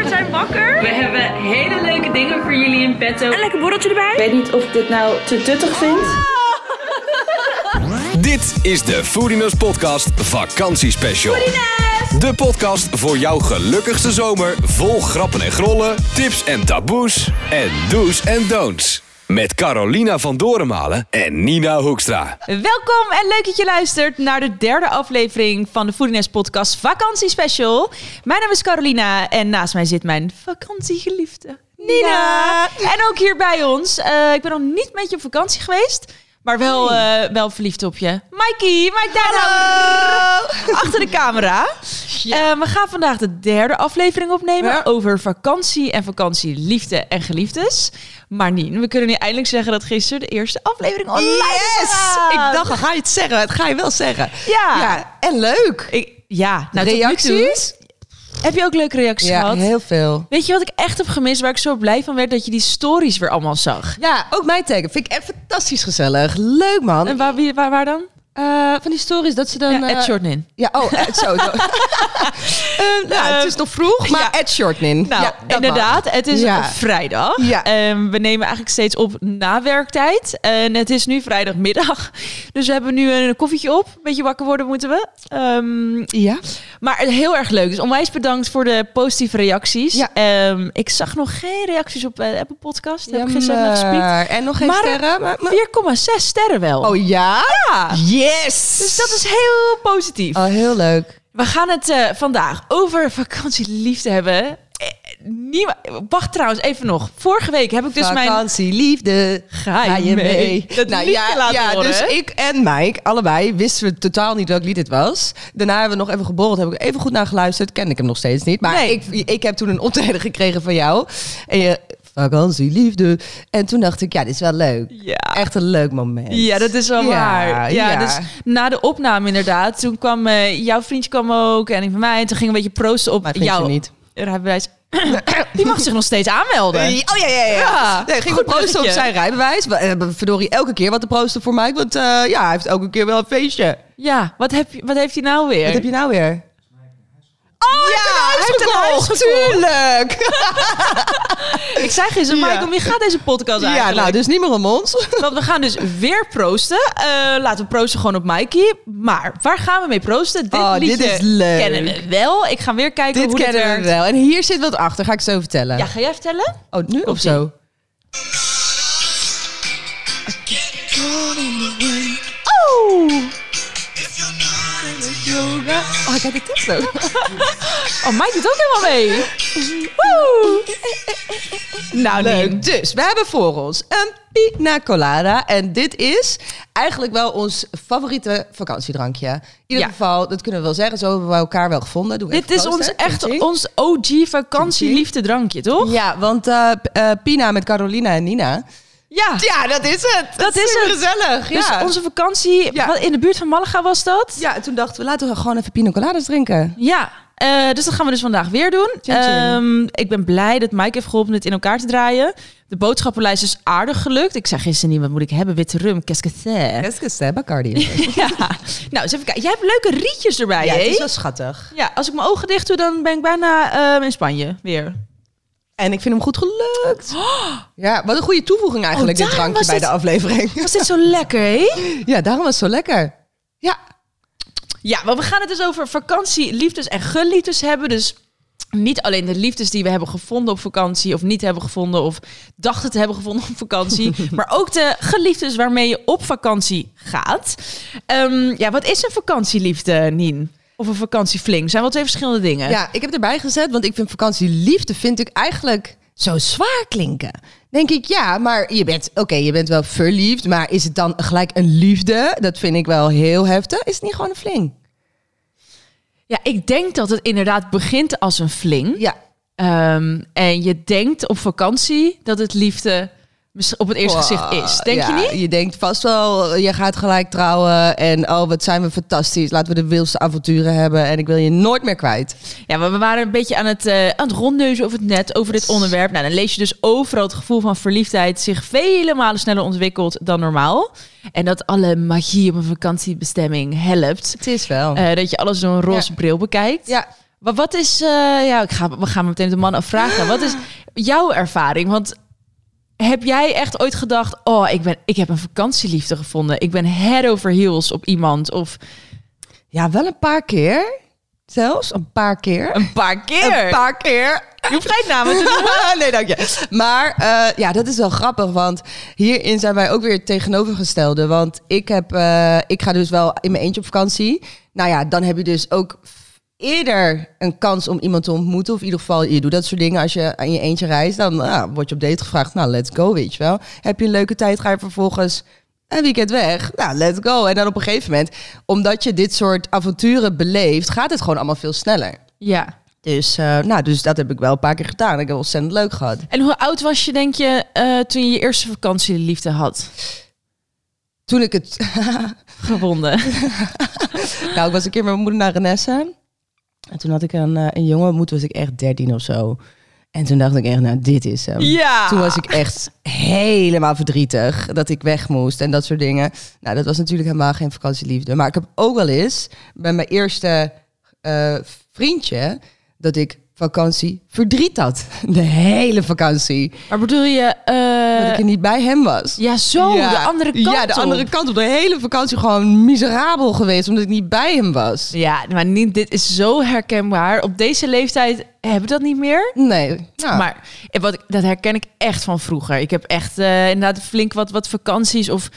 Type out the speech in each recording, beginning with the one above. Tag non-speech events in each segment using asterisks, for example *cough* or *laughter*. Blokker. We hebben hele leuke dingen voor jullie in petto. Een lekker borreltje erbij. Ik weet niet of ik dit nou te tuttig vind. Dit is de Foodiness Podcast Vakantiespecial. De podcast voor jouw gelukkigste zomer vol grappen en grollen, tips en taboes en do's en don'ts. Met Carolina van Dorenmalen en Nina Hoekstra. Welkom en leuk dat je luistert naar de derde aflevering van de Foodiness Podcast Vakantiespecial. Mijn naam is Carolina en naast mij zit mijn vakantiegeliefde Nina. En ook hier bij ons. eh, ik ben nog niet met je op vakantie geweest, maar wel, eh, wel verliefd op je. Mikey, Mike Dano. Achter de camera. Eh, we gaan vandaag de derde aflevering opnemen over vakantie en vakantieliefde en geliefdes. dus. Maar Nien, we kunnen nu eindelijk zeggen dat gisteren de eerste aflevering online is. Yes! Ik dacht, ga je het zeggen? Het ga je wel zeggen. Ja. ja en leuk. Ik- ja, nou reacties. Reacties? heb je ook leuke reacties Ja, gehad? heel veel. Weet je wat ik echt heb gemist, waar ik zo blij van werd dat je die stories weer allemaal zag? Ja, ook mijn taggen. Vind ik echt fantastisch gezellig. Leuk, man. En waar, wie- waar, waar dan? Eh, van die stories dat ze dan... Ja, eh, Ed Shortnin. Ja, oh, Ed, *laughs* zo. zo. Eh, Ehm, nou, het is nog vroeg, maar ja. Ed Shortnin. Nou, ja, dat inderdaad, het is Ja. vrijdag. Ja. Ehm, we nemen eigenlijk steeds op na werktijd. En het is nu vrijdagmiddag. Dus we hebben nu een koffietje op. Een beetje wakker worden moeten we. Ehm, mag. Ja. Maar heel erg leuk. Dus onwijs bedankt voor de positieve reacties. Ja. Ehm, ik zag nog geen reacties op eh, Apple Podcast. Heb ik gisteren nog gespeeld. Jammer. En nog geen Maar- sterren. maar- maar- 4,6 sterren wel. Oh ja? ja. Yes! Dus dat is heel positief. Oh, heel leuk. We gaan het eh, vandaag over vakantieliefde hebben. Eh, niema- Wacht trouwens, even nog. Vorige week heb ik dus mijn... Vakantie, liefde, Ga je mee? Dat liedje ja, laten ja horen, dus hè? ik en Mike, allebei, wisten we totaal niet welk lied dit was. Daarna hebben we nog even geborreld, heb ik even goed naar geluisterd. Kende ik hem nog steeds niet. Maar Nee. ik, ik heb toen een optreden gekregen van jou. En je, vakantie, liefde. En toen dacht ik, ja, dit is wel leuk. Ja. Echt een leuk moment. Ja, dat is wel Ja, waar. Ja, ja. Dus na de opname inderdaad, toen kwam eh, jouw vriendje kwam ook en ik van mij. En toen gingen we een beetje proosten op Maar vind jou. je niet? Rijbewijs. *coughs* Die mag zich nog steeds aanmelden. Eh, Oh ja, ja, ja. Ja, nee, ging goed we proosten op bruggetje. zijn rijbewijs. We hebben verdorie elke keer wat te proosten voor Mike. Want eh, ja, hij heeft elke keer wel een feestje. Ja, wat, heb, je- wat heeft hij nou weer? Wat heb je nou weer? Oh, ja, hij heeft een gekocht. huis Tuurlijk! Ik zei gisteren, Ja. Michael, je gaat deze podcast Ja, eigenlijk. nou, dus niet meer om ons. Want we gaan dus weer proosten. Eh, laten we proosten gewoon op Mikey. Maar waar gaan we mee proosten? Dit Oh, dit liedje is leuk. kennen we wel. Ik ga weer *laughs* kijken Dit hoe dit kennen we werkt. wel. En hier zit wat achter, ga ik zo vertellen. Ja, ga jij vertellen? Oh, nu of zo? Oh, kijk, ik tekst ook. Oh, Mike doet ook helemaal mee. Woe! Nou, Nien. Leuk. Dus, we hebben voor ons een pina colada. En dit is eigenlijk wel ons favoriete vakantiedrankje. In ieder Ja. geval, dat kunnen we wel zeggen. Zo hebben we elkaar wel gevonden. Doe Dit even is proost, ons hè. echt Ching, ons OG vakantieliefde drankje, ching. toch? Ja, want eh, p- eh, Pina met Carolina en Nina. Ja. *laughs* Ja, dat is het. Dat, is het. gezellig. Dus ja. onze vakantie Ja. wat, in de buurt van Malaga was dat? ja, toen dachten we, laten we gewoon even pina coladas drinken. Ja, eh, dus dat gaan we dus vandaag weer doen. Tja, tja. Ehm, ik ben blij dat Mike heeft geholpen dit in elkaar te draaien. De boodschappenlijst is aardig gelukt. Ik zei gisteren niet, wat moet ik hebben? Witte rum, cascade. Eskes, hè, Bacardi. *laughs* Ja. Nou, eens even kijken. Jij hebt leuke rietjes erbij, Ja, hè? het is wel schattig. Ja, als ik mijn ogen dicht doe, dan ben ik bijna ehm, in Spanje weer. En ik vind hem goed *gasps* gelukt. Ja, wat een goede toevoeging eigenlijk, Oh, dit daarom drankje bij was de dit- aflevering. *laughs* Was dit zo lekker, hè? Ja, daarom was het zo lekker. Ja, Ja, want we gaan het dus over vakantie, liefdes en geliefdes hebben. Dus niet alleen de liefdes die we hebben gevonden op vakantie, of niet hebben gevonden, of dachten te hebben gevonden op *laughs* vakantie. maar ook de geliefdes waarmee je op vakantie gaat. Ehm, ja, wat is een vakantieliefde, Nien? Of een vakantiefling? Zijn wel twee verschillende dingen. ja, ik heb erbij gezet, want ik vind vakantieliefde vind ik eigenlijk zo zwaar klinken. Denk ik, ja, maar je bent, oké, je bent wel verliefd, maar is het dan gelijk een liefde? Dat vind ik wel heel heftig. Is het niet gewoon een fling? Ja, ik denk dat het inderdaad begint als een fling. Ja, Ehm, en je denkt op vakantie dat het liefde mis- op het eerste gezicht is. Denk Ja, je niet? Je denkt vast wel, je gaat gelijk trouwen en oh, wat zijn we fantastisch. Laten we de wildste avonturen hebben en ik wil je nooit meer kwijt. Ja, maar we waren een beetje aan het, eh, aan het rondneuzen over het net, over dit onderwerp. Nou, dan lees je dus overal het gevoel van verliefdheid zich vele malen sneller ontwikkelt dan normaal. En dat alle magie op een vakantiebestemming helpt. Het is wel. Oh. Eh, dat je alles door een roze bril bekijkt. ja, Maar wat is, eh, ja, ik ga, we gaan meteen de man afvragen. Wat is jouw ervaring? Want heb jij echt ooit gedacht, oh, ik, ben, ik heb een vakantieliefde gevonden. Ik ben head over heels op iemand. Of Ja, wel een paar keer. Zelfs een paar keer. een paar keer. Een paar keer. Je hoeft geen namen te noemen. *laughs* nee, dank je. Maar eh, ja, dat is wel grappig, want hierin zijn wij ook weer het tegenovergestelde. Want ik, heb, eh, ik ga dus wel in mijn eentje op vakantie. Nou ja, dan heb je dus ook eerder een kans om iemand te ontmoeten. Of in ieder geval, je doet dat soort dingen als je aan je eentje reist. Dan nou, word je op date gevraagd, nou, let's go, weet je wel. Heb je een leuke tijd, ga je vervolgens een weekend weg. Nou, let's go. En dan op een gegeven moment, omdat je dit soort avonturen beleeft, gaat het gewoon allemaal veel sneller. Ja. Dus, eh, nou, dus dat heb ik wel een paar keer gedaan. Ik heb het ontzettend leuk gehad. En hoe oud was je, denk je, eh, toen je je eerste vakantieliefde had Toen ik het... *laughs* *laughs* gevonden? nou, ik was een keer met mijn moeder naar Renesse. En toen had ik een, eh, een jongen ontmoet, was ik echt 13 of zo. En toen dacht ik echt, nou, dit is hem. Ja. Toen was ik echt helemaal verdrietig dat ik weg moest en dat soort dingen. Nou, dat was natuurlijk helemaal geen vakantieliefde. Maar ik heb ook wel eens bij mijn eerste eh, vriendje dat ik vakantie verdriet had. De hele vakantie. Maar bedoel je... eh, dat ik er niet bij hem was. Ja, zo, Ja. de andere kant Ja, de op. andere kant op. De hele vakantie gewoon miserabel geweest omdat ik niet bij hem was. Ja, maar niet, dit is zo herkenbaar. Op deze leeftijd hebben we dat niet meer. Nee. Nou, Maar eh, wat, ik- dat herken ik echt van vroeger. Ik heb echt eh, inderdaad flink wat, wat vakanties of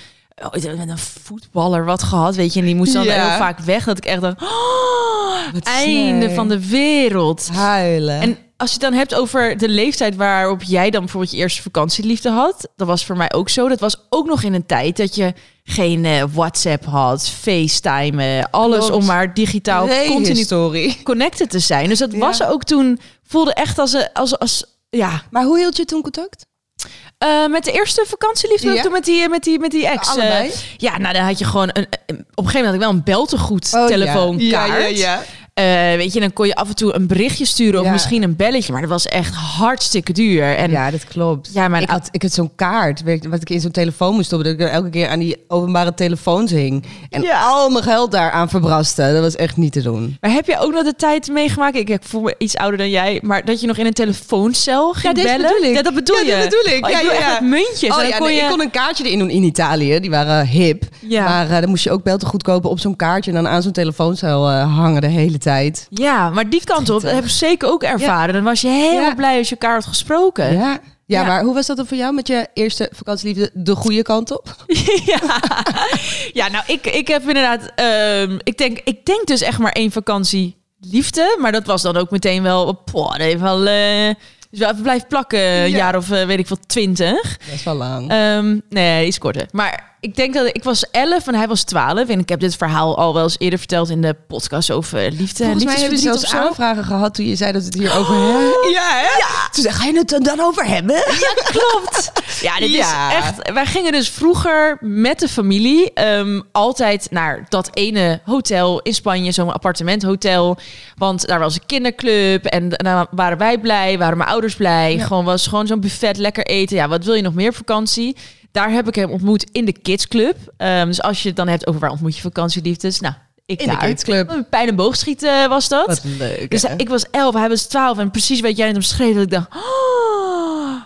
oh, ik heb met een voetballer wat gehad, weet je. En die moest dan Ja. heel vaak weg. Dat ik echt dacht, oh, Wat einde sneu. van de wereld. huilen. En als je het dan hebt over de leeftijd waarop jij dan bijvoorbeeld je eerste vakantieliefde had, dat was voor mij ook zo. Dat was ook nog in een tijd dat je geen eh, WhatsApp had, FaceTime, eh, alles Klopt. om maar digitaal continu story. connected te zijn. Dus dat Ja. was ook toen voelde echt als een- als als ja. Maar hoe hield je toen contact? Eh, met de eerste vakantieliefde Ja. ook toen met die eh, met die met die ex. eh, Allebei? ja, nou dan had je gewoon een, een- op een gegeven moment had ik wel een beltegoed Oh, ja. telefoonkaart. Ja, ja, ja. Eh, weet je, dan kon je af en toe een berichtje sturen of Ja. misschien een belletje, maar dat was echt hartstikke duur. En Ja, dat klopt. Ja, maar- ik, had, ik had zo'n kaart weet je, wat ik in zo'n telefoon moest stoppen. Dat ik er elke keer aan die openbare telefoons hing. En Ja. al mijn geld daaraan verbraste. Dat was echt niet te doen. Maar heb je ook nog de tijd meegemaakt? Ik, ik voel me iets ouder dan jij, maar dat je nog in een telefooncel ging deze bellen? bedoel ik. Ja, dat bedoel Ja, je. dit bedoel ik. Oh, Ja, bedoel ja, echt ja. met muntjes. En Oh dan ja, kon nee, je... ik kon een kaartje erin doen in Italië. Die waren hip. Ja. Maar eh, dan moest je ook wel te goed kopen op zo'n kaartje. En dan aan zo'n telefooncel eh, hangen de hele tijd. Ja, maar die kant op dat heb ik zeker ook ervaren. Dan was je helemaal Ja. blij als je elkaar had gesproken. Ja. Ja, Ja. maar hoe was dat dan voor jou met je eerste vakantieliefde de goede kant *laughs* op? *laughs* ja. Ja, nou, ik, ik heb inderdaad... ehm, ik, denk, ik denk dus echt maar één vakantie liefde. Maar dat was dan ook meteen wel... Poh, dat heeft wel... eh, is wel even blijven plakken, een Ja. jaar of eh, weet ik veel, twintig. Dat is wel lang. Eh, Ehm, nee, iets korter. Maar ik denk dat ik was 11 en hij was 12. En ik heb dit verhaal al wel eens eerder verteld in de podcast over liefde en Volgens mij hebben we liefdesverdriet zelfs of zo. aanvragen gehad toen je zei dat we het hier over hebben. Ja, hè? Ah, Toen zei, ga je het er dan over hebben? Klopt. Ja, dit Ja. is echt. Wij gingen dus vroeger met de familie ehm, altijd naar dat ene hotel in Spanje, zo'n appartementhotel. Want daar was een kinderclub en daar waren wij blij, waren mijn ouders blij. Gewoon was gewoon zo'n buffet, lekker eten. Ja, wat wil je nog meer op vakantie? Daar heb ik hem ontmoet in de kidsclub. Ehm, dus als je het dan hebt over waar ontmoet je vakantieliefdes, nou, ik In de daar. Oh, kidsclub. Pijn en boogschieten was dat. Wat leuk. Dus hè? ik was 11, hij was 12 en precies wat jij net omschreef, dat ik dacht, oh,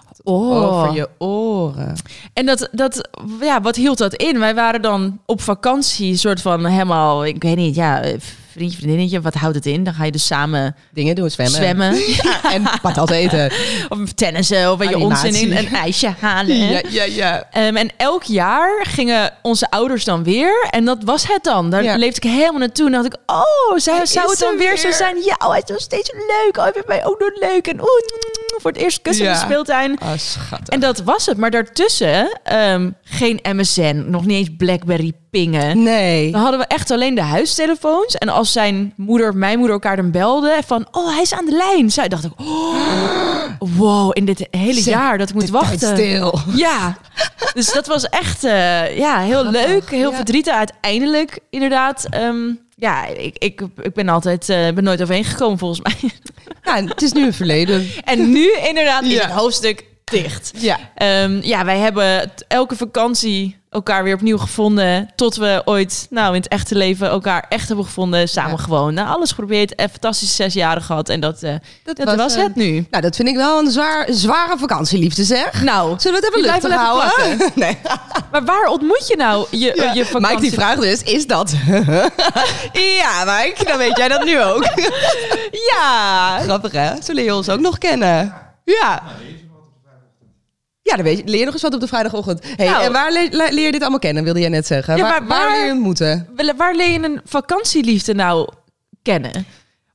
Over je oren. En dat, dat, ja, wat hield dat in? Wij waren dan op vakantie, soort van helemaal, ik weet niet, ja, eh, vriendje, vriendinnetje, wat houdt het in? Dan ga je dus samen Dingen doen, zwemmen. zwemmen Ja, en patat eten. of tennissen of weet je Animatie. onzin in, een ijsje halen. *laughs* Ja, ja, ja. Ehm, en elk jaar gingen onze ouders dan weer. En dat was het dan. Daar Ja. leefde ik helemaal naartoe. En dacht ik, oh, zou, Hij zou is het dan er weer, zo weer. zijn? Ja, oh, hij is nog steeds leuk. Oh, hij vindt mij ook nog leuk. En oeh, mm, voor het eerst kussen in de Ja. speeltuin. Oh, schattig. En dat was het. Maar daartussen ehm, geen MSN, nog niet eens Blackberry pingen. Nee. Dan hadden we echt alleen de huistelefoons. En als zijn moeder of mijn moeder elkaar dan belden van... Oh, hij is aan de lijn. Zij dacht ik... Oh, wow, in dit hele Zet jaar dat ik moet de tijd wachten. stil. Ja, dus dat was echt eh, ja, heel leuk, heel ja. verdrietig. Uiteindelijk inderdaad, ehm, ja, ik, ik, ik ben altijd, eh, ben Nou, nooit overheen gekomen volgens mij. *laughs* Ja, het is nu een verleden. En nu inderdaad is Ja. het hoofdstuk dicht. Ja. Ehm, ja, wij hebben t- elke vakantie elkaar weer opnieuw gevonden. Tot we ooit, nou in het echte leven, elkaar echt hebben gevonden. Samen Ja. gewoon nou, alles geprobeerd. En fantastische zes jaren gehad. En dat, eh, dat, was, eh, het nu. Nou, dat vind ik wel een zwaar, zware vakantieliefde, zeg. *laughs* Nou, Zullen we het die even luchtig blijven we even houden? *laughs* nee. maar waar ontmoet je nou je, Ja. je vakantie? Mike die vraagt dus, is dat... *laughs* ja, Mike, dan weet jij dat nu ook. *laughs* ja. Grappig, hè? Zo leer je ons ook nog kennen. Ja. Ja, dan weet je, leer nog eens wat op de vrijdagochtend. Hey, Nou. En waar le- le- leer, je dit allemaal kennen, wilde jij net zeggen? Ja, waar, maar waar waar- leer je ontmoeten? Wel- Waar leer je een vakantieliefde nou kennen?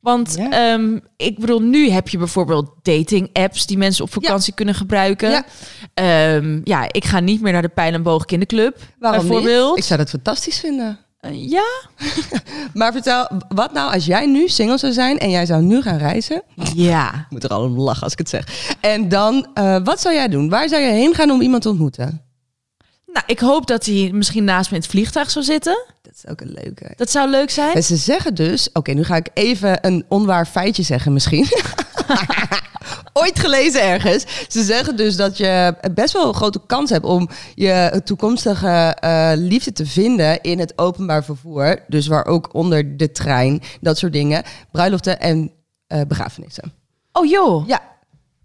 Want Ja. ehm, ik bedoel, nu heb je bijvoorbeeld dating apps die mensen op vakantie kunnen gebruiken. Ja. Ehm, ja, ik ga niet meer naar de Pijl en Boog Kinderclub. Waarom niet? bijvoorbeeld. Ik zou dat fantastisch vinden. Eh, ja, Maar vertel, wat nou als jij nu single zou zijn en jij zou nu gaan reizen? ja. Ik moet er al om lachen als ik het zeg. En dan, eh, wat zou jij doen? Waar zou je heen gaan om iemand te ontmoeten? Nou, ik hoop dat hij misschien naast me in het vliegtuig zou zitten. Dat is ook een leuke. Dat zou leuk zijn. En ze zeggen dus, oké, nu ga ik even een onwaar feitje zeggen misschien. *laughs* Ooit gelezen ergens. Ze zeggen dus dat je best wel een grote kans hebt om je toekomstige eh, liefde te vinden in het openbaar vervoer. Dus waar ook onder de trein, dat soort dingen. Bruiloften en eh, begrafenissen. Oh joh. Ja,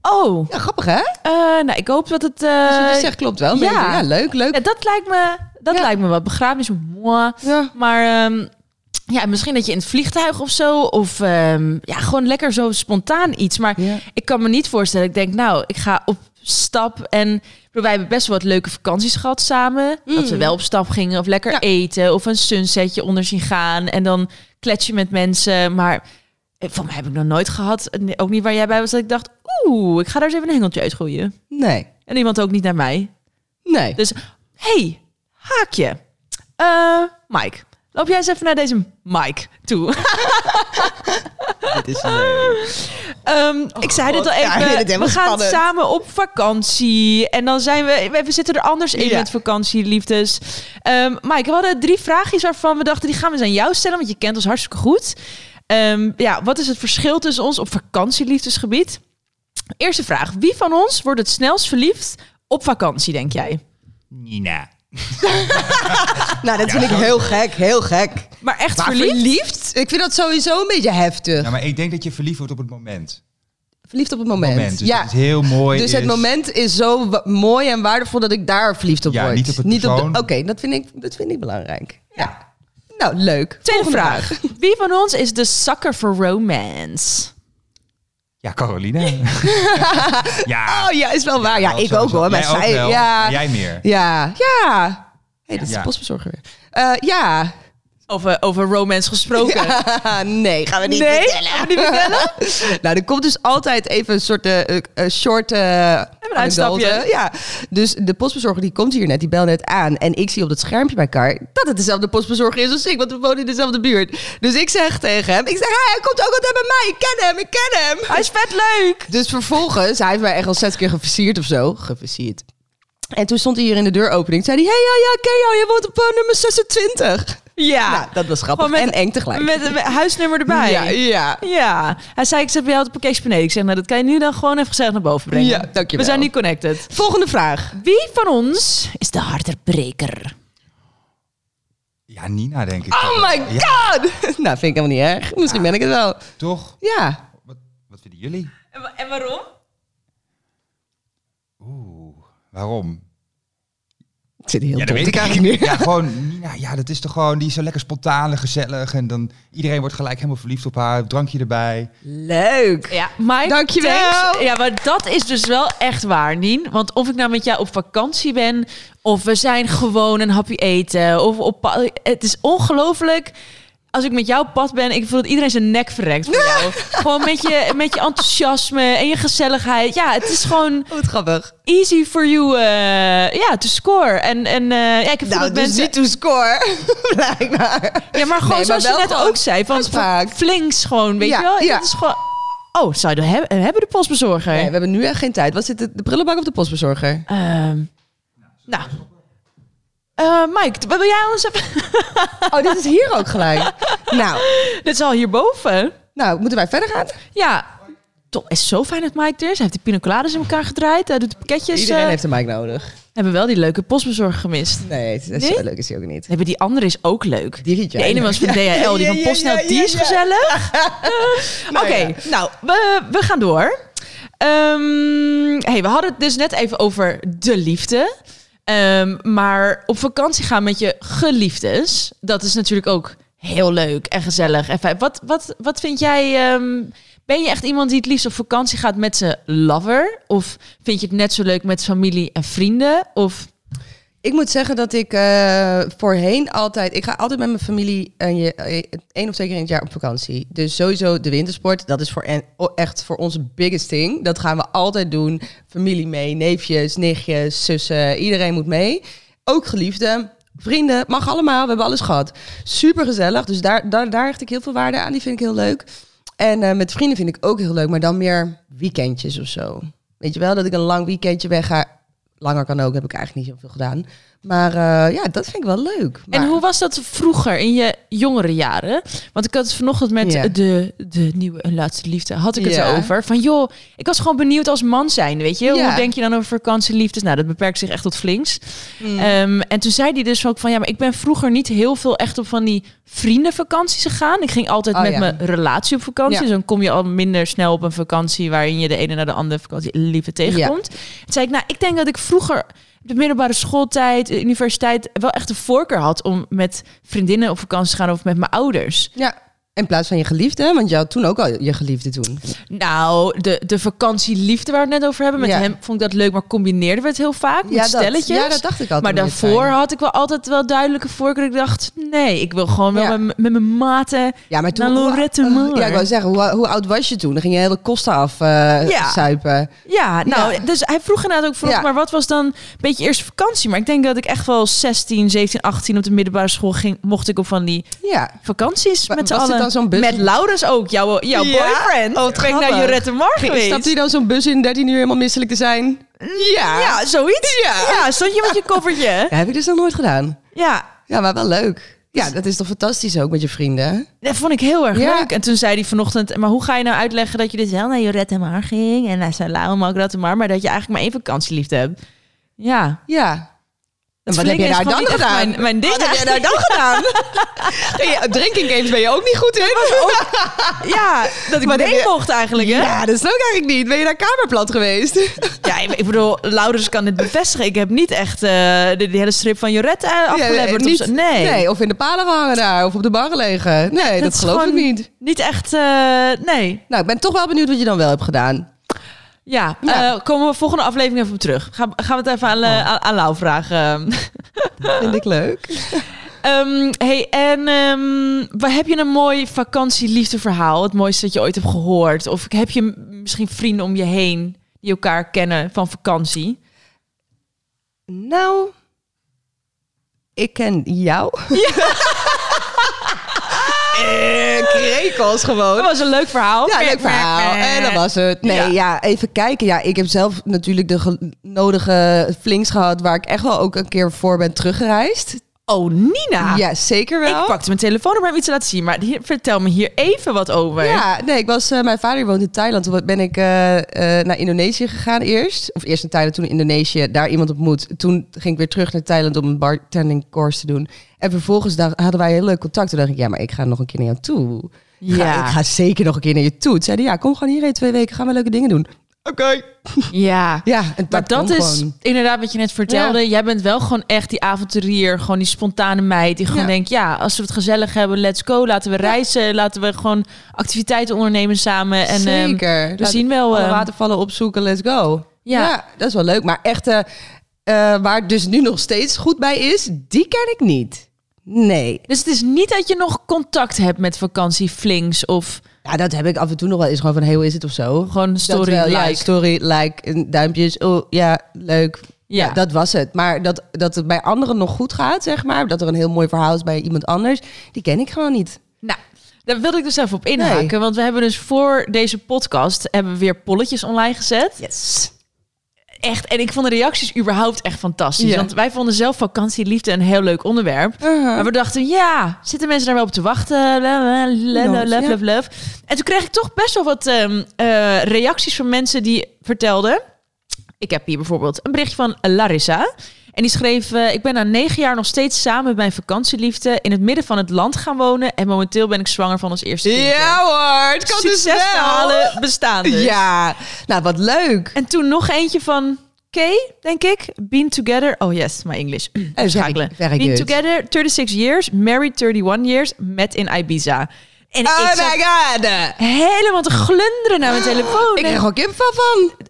Oh. ja, grappig hè? Eh, nou, ik hoop dat het. eh, Dus wat je zegt klopt wel. ja. Ja, ja leuk, leuk. ja, dat lijkt me. Dat Ja. lijkt me wat begrafenis. Moi. Ja. Maar ehm, ja, misschien dat je in het vliegtuig of zo. Of ehm, ja, gewoon lekker zo spontaan iets. Maar Ja. ik kan me niet voorstellen. Ik denk, nou, ik ga op stap. En ik bedoel, wij hebben best wel wat leuke vakanties gehad samen. Dat we wel op stap gingen of lekker Mm. Ja. eten. Of een sunsetje onder zien gaan. En dan klets je met mensen. Maar eh, van mij heb ik nog nooit gehad. en Ook niet waar jij bij was. Dat ik dacht, oeh, ik ga daar eens even een hengeltje uitgooien. Nee, En iemand ook niet naar mij. *laughs* nee. Dus, hey, haakje. Eh, Mike, loop jij eens even naar deze Mike *laughs* toe. Dit is leuk. Ehm, ik zei dit al God, Oh, ja, even, *laughs* dit is helemaal we gaan spannend. samen op vakantie. En dan zijn we, we- we zitten er anders in Ja. met vakantieliefdes. Ehm Mike, we hadden drie vraagjes waarvan we dachten, die gaan we eens aan jou stellen. Want je kent ons hartstikke goed. Ehm, ja, wat is het verschil tussen ons op vakantieliefdesgebied? Eerste vraag, wie van ons wordt het snelst verliefd op vakantie, denk jij? Nina. Nou, dat vind ik heel gek, heel gek. Maar echt Maar verliefd? verliefd? Ik vind dat sowieso een beetje heftig. Ja, maar ik denk dat je verliefd wordt op het moment. Verliefd op het moment. moment dus ja. dat het heel mooi Dus het is. moment is zo wa- mooi en waardevol dat ik daar verliefd op Ja, word. niet op het de- persoon. Oké, dat, vind ik, dat vind ik belangrijk. Ja. Nou, leuk. Tweede Volgende vraag. Wie van ons is de sucker for romance? Ja, *laughs* Carolina. ja. Oh ja, is wel waar. Ja, wel, ik sowieso. ook hoor. Maar Jij ook zij- wel, ja. maar jij meer. Ja. Ja. hey, dit is Ja. de postbezorger weer. Eh, ja. Over, eh, over romance gesproken. *laughs* nee, gaan we niet nee, vertellen. gaan we niet vertellen? Nou, er komt dus altijd even een soort eh, eh, eh, short eh, uitstapje. anekdote. Ja. Dus de postbezorger die komt hier net, die belt net aan. En ik zie op dat schermpje bij Kar dat het dezelfde postbezorger is als ik. Want we wonen in dezelfde buurt. Dus ik zeg tegen hem, ik zeg, "Hey, hij komt ook altijd bij mij. Ik ken hem, ik ken hem. Hij is vet leuk. Dus vervolgens, hij heeft mij echt al zes keer geversierd of zo. Geversierd. En toen stond hij hier in de deuropening. Zei hij, hey, ja, ja, ik ken jou. Je woont op eh, nummer 26. Ja. Nou, dat was grappig. Gewoon en eng tegelijk. Met, met huisnummer erbij. ja, ja. Ja. Hij zei, ik zet bij jou het pakketje beneden. Ik zeg, nou, dat kan je nu dan gewoon even gezellig naar boven brengen. Ja, dankjewel. We zijn nu connected. Volgende vraag. Wie van ons is de harderbreker? Ja, Nina denk ik. Oh my Ja, god! *laughs* Nou, vind ik helemaal niet erg. Misschien ben ik het wel. toch? Ja. Wat, wat vinden jullie? En waarom? Oeh, waarom? Ik zit heel dom Ja, dat weet te ik kijken eigenlijk nu. niet. Ja, gewoon Nina. Ja, dat is toch gewoon, die is zo lekker spontaan en gezellig. En dan iedereen wordt gelijk helemaal verliefd op haar. Drankje erbij. Leuk. Ja, Mike, Dankjewel. thanks. Ja, maar dat is dus wel echt waar, Nien. Want of ik nou met jou op vakantie ben, of we zijn gewoon een hapje eten, of op pa- Het is ongelooflijk. Als ik met jou op pad ben, ik voel dat iedereen zijn nek verrekt voor *laughs* jou. gewoon met je, met je enthousiasme en je gezelligheid. Ja, het is gewoon Oh, Wat *laughs* grappig. easy for you eh, ja, to score. En, en eh, ja, ik heb Nou, dat dus mensen... niet to score. Blijkbaar. Ja, maar gewoon Nee, maar zoals je wel net gewoon ook zei, van afspraak. flinks gewoon, weet Ja, je wel? ja. Dat is gewoon... Oh, zou je de heb- hebben de postbezorger? Nee, we hebben nu echt geen tijd. Wat zit de, de prullenbak of de *laughs* postbezorger? Ehm, nou. Eh, Mike, wil jij ons even... *laughs* Oh, dit is hier ook gelijk. *laughs* Nou, Dit is al hierboven. nou, moeten wij verder gaan? Ja. Top, het is zo fijn dat Mike er is. Hij heeft de pina coladas in elkaar gedraaid. Hij doet de pakketjes. Iedereen eh, heeft een mic nodig. Hebben wel die leuke postbezorger gemist. Nee, dat is, Nee? zo leuk is hij ook niet. Nee, maar die andere is ook leuk. Die riet De ene was van DHL, die van *laughs* Ja, ja, PostNL, ja, die is ja, Oh, ja. gezellig. Oké, nou, we, we gaan door. Ehm, hey, we hadden het dus net even over de liefde. Ehm, maar op vakantie gaan met je geliefdes, dat is natuurlijk ook heel leuk en gezellig. En fijn. Wat, wat, wat vind jij, ehm, ben je echt iemand die het liefst op vakantie gaat met zijn lover? Of vind je het net zo leuk met familie en vrienden? Of Ik moet zeggen dat ik eh, voorheen altijd... Ik ga altijd met mijn familie en je, eh, één of twee keer in het jaar op vakantie. Dus sowieso de wintersport, dat is voor en, o- echt voor onze biggest thing. Dat gaan we altijd doen. Familie mee, neefjes, nichtjes, zussen, iedereen moet mee. Ook geliefden, vrienden, mag allemaal. We hebben alles gehad. Super gezellig, dus daar, daar, daar hecht ik heel veel waarde aan. Die vind ik heel leuk. En eh, met vrienden vind ik ook heel leuk, maar dan meer weekendjes of zo. Weet je wel, dat ik een lang weekendje weg ga. Langer kan ook, heb ik eigenlijk niet zoveel gedaan. Maar eh, ja, dat vind ik wel leuk. Maar En hoe was dat vroeger in je jongere jaren? Want ik had het vanochtend met Ja. de, de nieuwe en laatste liefde, had ik het Ja. zo over. Van joh, ik was gewoon benieuwd als man zijn, weet je. Hoe Ja. denk je dan over vakantieliefdes? Nou, dat beperkt zich echt tot flinks. Mm. Ehm, en toen zei hij dus ook van ja, maar ik ben vroeger niet heel veel echt op van die vriendenvakanties gegaan. Ik ging altijd Oh, met ja. mijn relatie op vakantie. Ja. Dus dan kom je al minder snel op een vakantie waarin je de ene naar de andere vakantie liefde tegenkomt. Toen zei ik, nou, ik denk dat ik vroeger de middelbare schooltijd, de universiteit, wel echt de voorkeur had om met vriendinnen op vakantie te gaan of met mijn ouders. Ja, in plaats van je geliefde, want je had toen ook al je geliefde toen. Nou, de, de vakantieliefde waar we het net over hebben, met Ja. hem vond ik dat leuk, maar combineerden we het heel vaak met stelletjes. ja, dat dacht ik altijd. maar dat het daarvoor fijn. had ik wel altijd wel duidelijke voorkeur. Ik dacht, nee, ik wil gewoon wel Ja. met, m- met mijn maten. Ja, maar toen... eh, Naar Lorette Moor. Ja, ik wou zeggen, hoe, hoe oud was je toen? Dan ging je hele kosten af eh Ja. zuipen. Ja, nou, Ja. dus hij vroeg inderdaad ook vroeg, Ja. maar wat was dan een beetje eerste vakantie? Maar ik denk dat ik echt wel 16, 17, 18 op de middelbare school ging, mocht ik op van die Ja. vakanties Wa- met z'n was dit allen. dan zo'n bus- Met Laurens ook, jouw, jouw Ja? boyfriend. Oh, wat ben ik grappig. naar Jurette Mar geweest. Stapt hij dan zo'n bus in 13 uur helemaal misselijk te zijn? Ja. Ja, zoiets. Ja. Ja. stond je met je koffertje. *laughs* Ja, heb ik dus nog nooit gedaan. Ja, Ja, maar wel leuk. Ja, dat is toch fantastisch ook met je vrienden? dat vond ik heel erg Ja. leuk. En toen zei hij vanochtend, maar hoe ga je nou uitleggen dat je dus wel naar Jurette Mar ging en naar zijn Laurens ook dat maar, maar dat je eigenlijk maar één vakantieliefde hebt. Ja. Ja. En Dat wat heb vind jij ik daar dus dan gewoon niet echt gedaan? Mijn, mijn ding Wat heb jij daar eigenlijk. dan *laughs* gedaan? *laughs* Ja, drinking games ben je ook niet goed in. Ja, dat ik Wat heb mee je- mocht eigenlijk, hè? Ja, dat is ook eigenlijk niet. Ben je daar kamerplat geweest? Ja, ik ik bedoel, Laurens kan dit bevestigen. Ik heb niet echt eh, de, die hele strip van Jorette eh, afgeleverd. of niet- zo. nee. nee. Of in de palen gehangen daar, of op de bar gelegen. Nee, dat, is geloof ik gewoon niet. Niet echt, eh, nee. Nou, ik ben toch wel benieuwd wat je dan wel hebt gedaan. Ja, Ja. Oh. eh, komen we volgende aflevering even op terug. Gaan, gaan we het even aan, eh, aan, aan Lau vragen. *laughs* Vind ik leuk. Ehm, hey, en ehm, waar heb je een mooi vakantieliefdeverhaal? Het mooiste dat je ooit hebt gehoord? Of heb je m- misschien vrienden om je heen die elkaar kennen van vakantie? Nou, ik ken jou. Eh, Krekels gewoon. Dat was een leuk verhaal. Ja, leuk verhaal. En dat was het. Nee, Ja. ja. even kijken. Ja, ik heb zelf natuurlijk de ge- nodige flinks gehad... waar ik echt wel ook een keer voor ben teruggereisd. Oh, Nina. Ja, zeker wel. Ik pakte mijn telefoon om hem iets te laten zien. Maar hier, vertel me hier even wat over. Ja, nee, ik was, eh, mijn vader woont in Thailand. Toen ben ik eh, eh, naar Indonesië gegaan eerst. Of eerst naar Thailand, toen Indonesië. Daar iemand ontmoet. Toen ging ik weer terug naar Thailand om een bartending course te doen. En vervolgens daar hadden wij heel leuk contact. Toen dacht ik, ja, maar ik ga nog een keer naar jou toe. Ik ga- Ja. ik ga zeker nog een keer naar je toe. Toen zeiden ja, kom gewoon hierheen twee weken. Gaan we leuke dingen doen. Oké. ja. Ja, en Maar dat kon is gewoon. inderdaad wat je net vertelde. Jij bent wel gewoon echt die avonturier, gewoon die spontane meid. Die gewoon Ja. denkt, ja, als we het gezellig hebben, let's go. Laten we reizen, laten we gewoon activiteiten ondernemen samen. En, ehm, Zeker. we Laat zien wel... alle ehm, watervallen opzoeken, let's go. Ja. Ja, dat is wel leuk. Maar echt, eh, eh, waar het dus nu nog steeds goed bij is, die ken ik niet. Nee. dus het is niet dat je nog contact hebt met vakantieflinks of Ja, dat heb ik af en toe nog wel eens gewoon van, hey, hoe is het of zo? gewoon story dat wel, ja, like. story, like, en duimpjes. Oh, ja, leuk. Ja. Ja. dat was het. Maar dat, dat het bij anderen nog goed gaat, zeg maar. Dat er een heel mooi verhaal is bij iemand anders. Die ken ik gewoon niet. Nou, daar wilde ik dus even op inhaken. Nee. Want we hebben dus voor deze podcast hebben we weer polletjes online gezet. Yes. echt, en ik vond de reacties überhaupt echt fantastisch. Ja. Want wij vonden zelf vakantieliefde een heel leuk onderwerp. Uh-huh. Maar we dachten, ja, zitten mensen daar wel op te wachten? La, la, la, la, knows, la, ja. la, la. En toen kreeg ik toch best wel wat ehm, eh, reacties van mensen die vertelden. Ik heb hier bijvoorbeeld een berichtje van Larissa. En die schreef, eh, ik ben na negen jaar nog steeds samen met mijn vakantieliefde in het midden van het land gaan wonen. En momenteel ben ik zwanger van ons eerste kindje. Ja hoor, het kan dus wel. Succesverhalen bestaan dus. Ja, nou wat leuk. En toen nog eentje van Kay, denk ik. Been together. Oh yes, my *clears throat* English. very- Schakelen. very Been good. together 36 years, married 31 years, met in Ibiza. En Oh ik zat Oh, my god. helemaal te glunderen naar mijn telefoon. Ah, En Ik krijg er gewoon kippenvel van.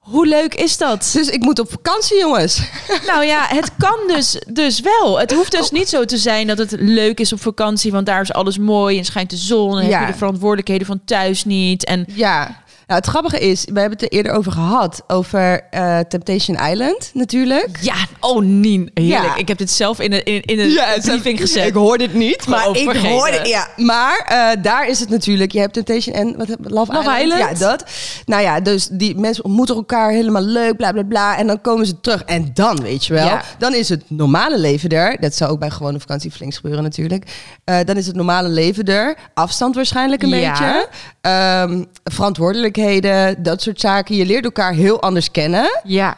Hoe leuk is dat? *laughs* Dus ik moet op vakantie, jongens. nou ja, het kan dus, dus wel. Het hoeft dus niet zo te zijn dat het leuk is op vakantie, want daar is alles mooi en schijnt de zon en heb Ja. je de verantwoordelijkheden van thuis niet. En Ja. Nou, het grappige is, we hebben het er eerder over gehad. Over eh, Temptation Island, natuurlijk. ja, oh Nien, heerlijk. Ja. Ik heb dit zelf in een, in, in een briefing gezet. Ik hoorde het niet, maar Oh, ik vergeten. hoorde Ja, maar eh, daar is het natuurlijk. Je hebt Temptation en wat heb Love, Love Island? Ja, dat. Nou ja, dus die mensen ontmoeten elkaar helemaal leuk, bla bla bla. En dan komen ze terug. En dan, weet je wel, Ja. dan is het normale leven er. Dat zou ook bij gewone vakantie flinks gebeuren natuurlijk. Eh, dan is het normale leven er. Afstand waarschijnlijk een Ja. beetje. Ehm, verantwoordelijkheden, dat soort zaken. Je leert elkaar heel anders kennen. Ja.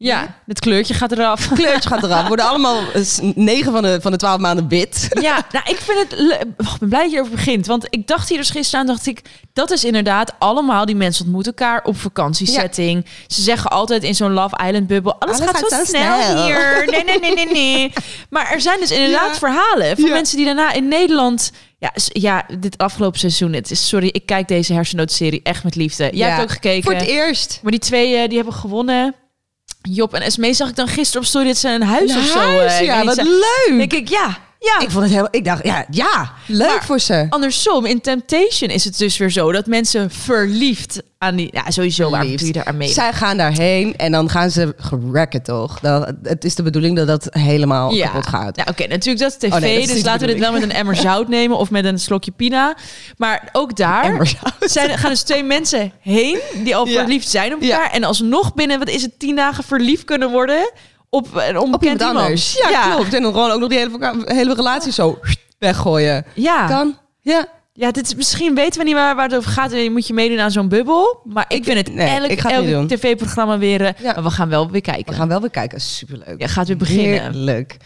Ja, het kleurtje gaat eraf. Kleurtje gaat eraf. Worden allemaal eh, s- negen van de, van de twaalf maanden wit. *laughs* Ja, nou, ik vind het. le- Oh, ik ben blij dat je erover begint. Want ik dacht hier dus gisteren aan, dacht ik. Dat is inderdaad allemaal die mensen ontmoeten elkaar op vakantiesetting. Ze zeggen altijd in zo'n Love Island-bubbel: alles, Alles gaat, zo snel, hier. *laughs* Nee, nee, nee, nee, nee. Maar er zijn dus inderdaad Ja. verhalen van Ja. mensen die daarna in Nederland. Ja, s- ja, dit afgelopen seizoen. Het is, sorry, ik kijk deze hersennoodserie echt met liefde. Jij hebt ook gekeken. Voor het eerst. Maar die twee eh, die hebben gewonnen. Job en Esmee zag ik dan gisteren op story dat ze een huis Een of zo. huis, eh, ik ja, weet niet, wat ze- leuk. Denk ik, ja, ja. Ik vond het heel. Ik dacht, ja, ja leuk Maar- voor ze. Andersom, in Temptation is het dus weer zo dat mensen verliefd aan die... Ja, sowieso, waarom Lief. doe je daar aan mee? Zij gaan daarheen en dan gaan ze geracken, toch? Dat, het is de bedoeling dat dat helemaal ja. kapot gaat. Ja, Oké, natuurlijk dat is tv, Oh, nee, dat is dus niet de laten we dit wel met een emmer *laughs* zout nemen of met een slokje pina. Maar ook daar Emmer zout. zijn, gaan dus twee mensen heen die al Ja. verliefd zijn op Ja. elkaar. En alsnog binnen, wat is het, tien dagen verliefd kunnen worden op een Op onbekend iemand iemand. anders. Ja, klopt. En dan gewoon ook nog die hele, verka- hele relatie zo weggooien. Ja. Kan. Ja. Ja, dit is, misschien weten we niet waar, waar het over gaat. En je moet je meedoen aan zo'n bubbel. Maar ik, vind het nee, elk, ik ga het niet elk doen. tv-programma weer... eh, Ja. Maar we gaan wel weer kijken. We gaan wel weer kijken. Superleuk. Ja, gaat weer beginnen. Heerlijk.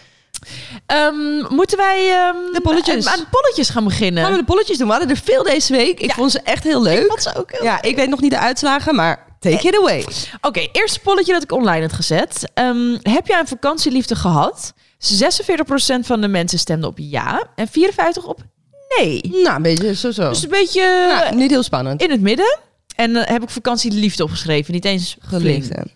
Ehm, moeten wij ehm, De polletjes. aan, aan polletjes gaan beginnen? Gaan we de polletjes doen? We hadden er veel deze week. Ik Ja. vond ze echt heel leuk. vond ze ook heel ja, ik weet nog niet de uitslagen, maar take it away. Oké, eerste polletje dat ik online had gezet. Ehm, heb jij een vakantieliefde gehad? 46% van de mensen stemde op ja en 54% op nee. Nou, een beetje zo zo. Dus een beetje Nou, niet heel spannend. in het midden. En eh, heb ik vakantieliefde opgeschreven, niet eens flink. Geliefde.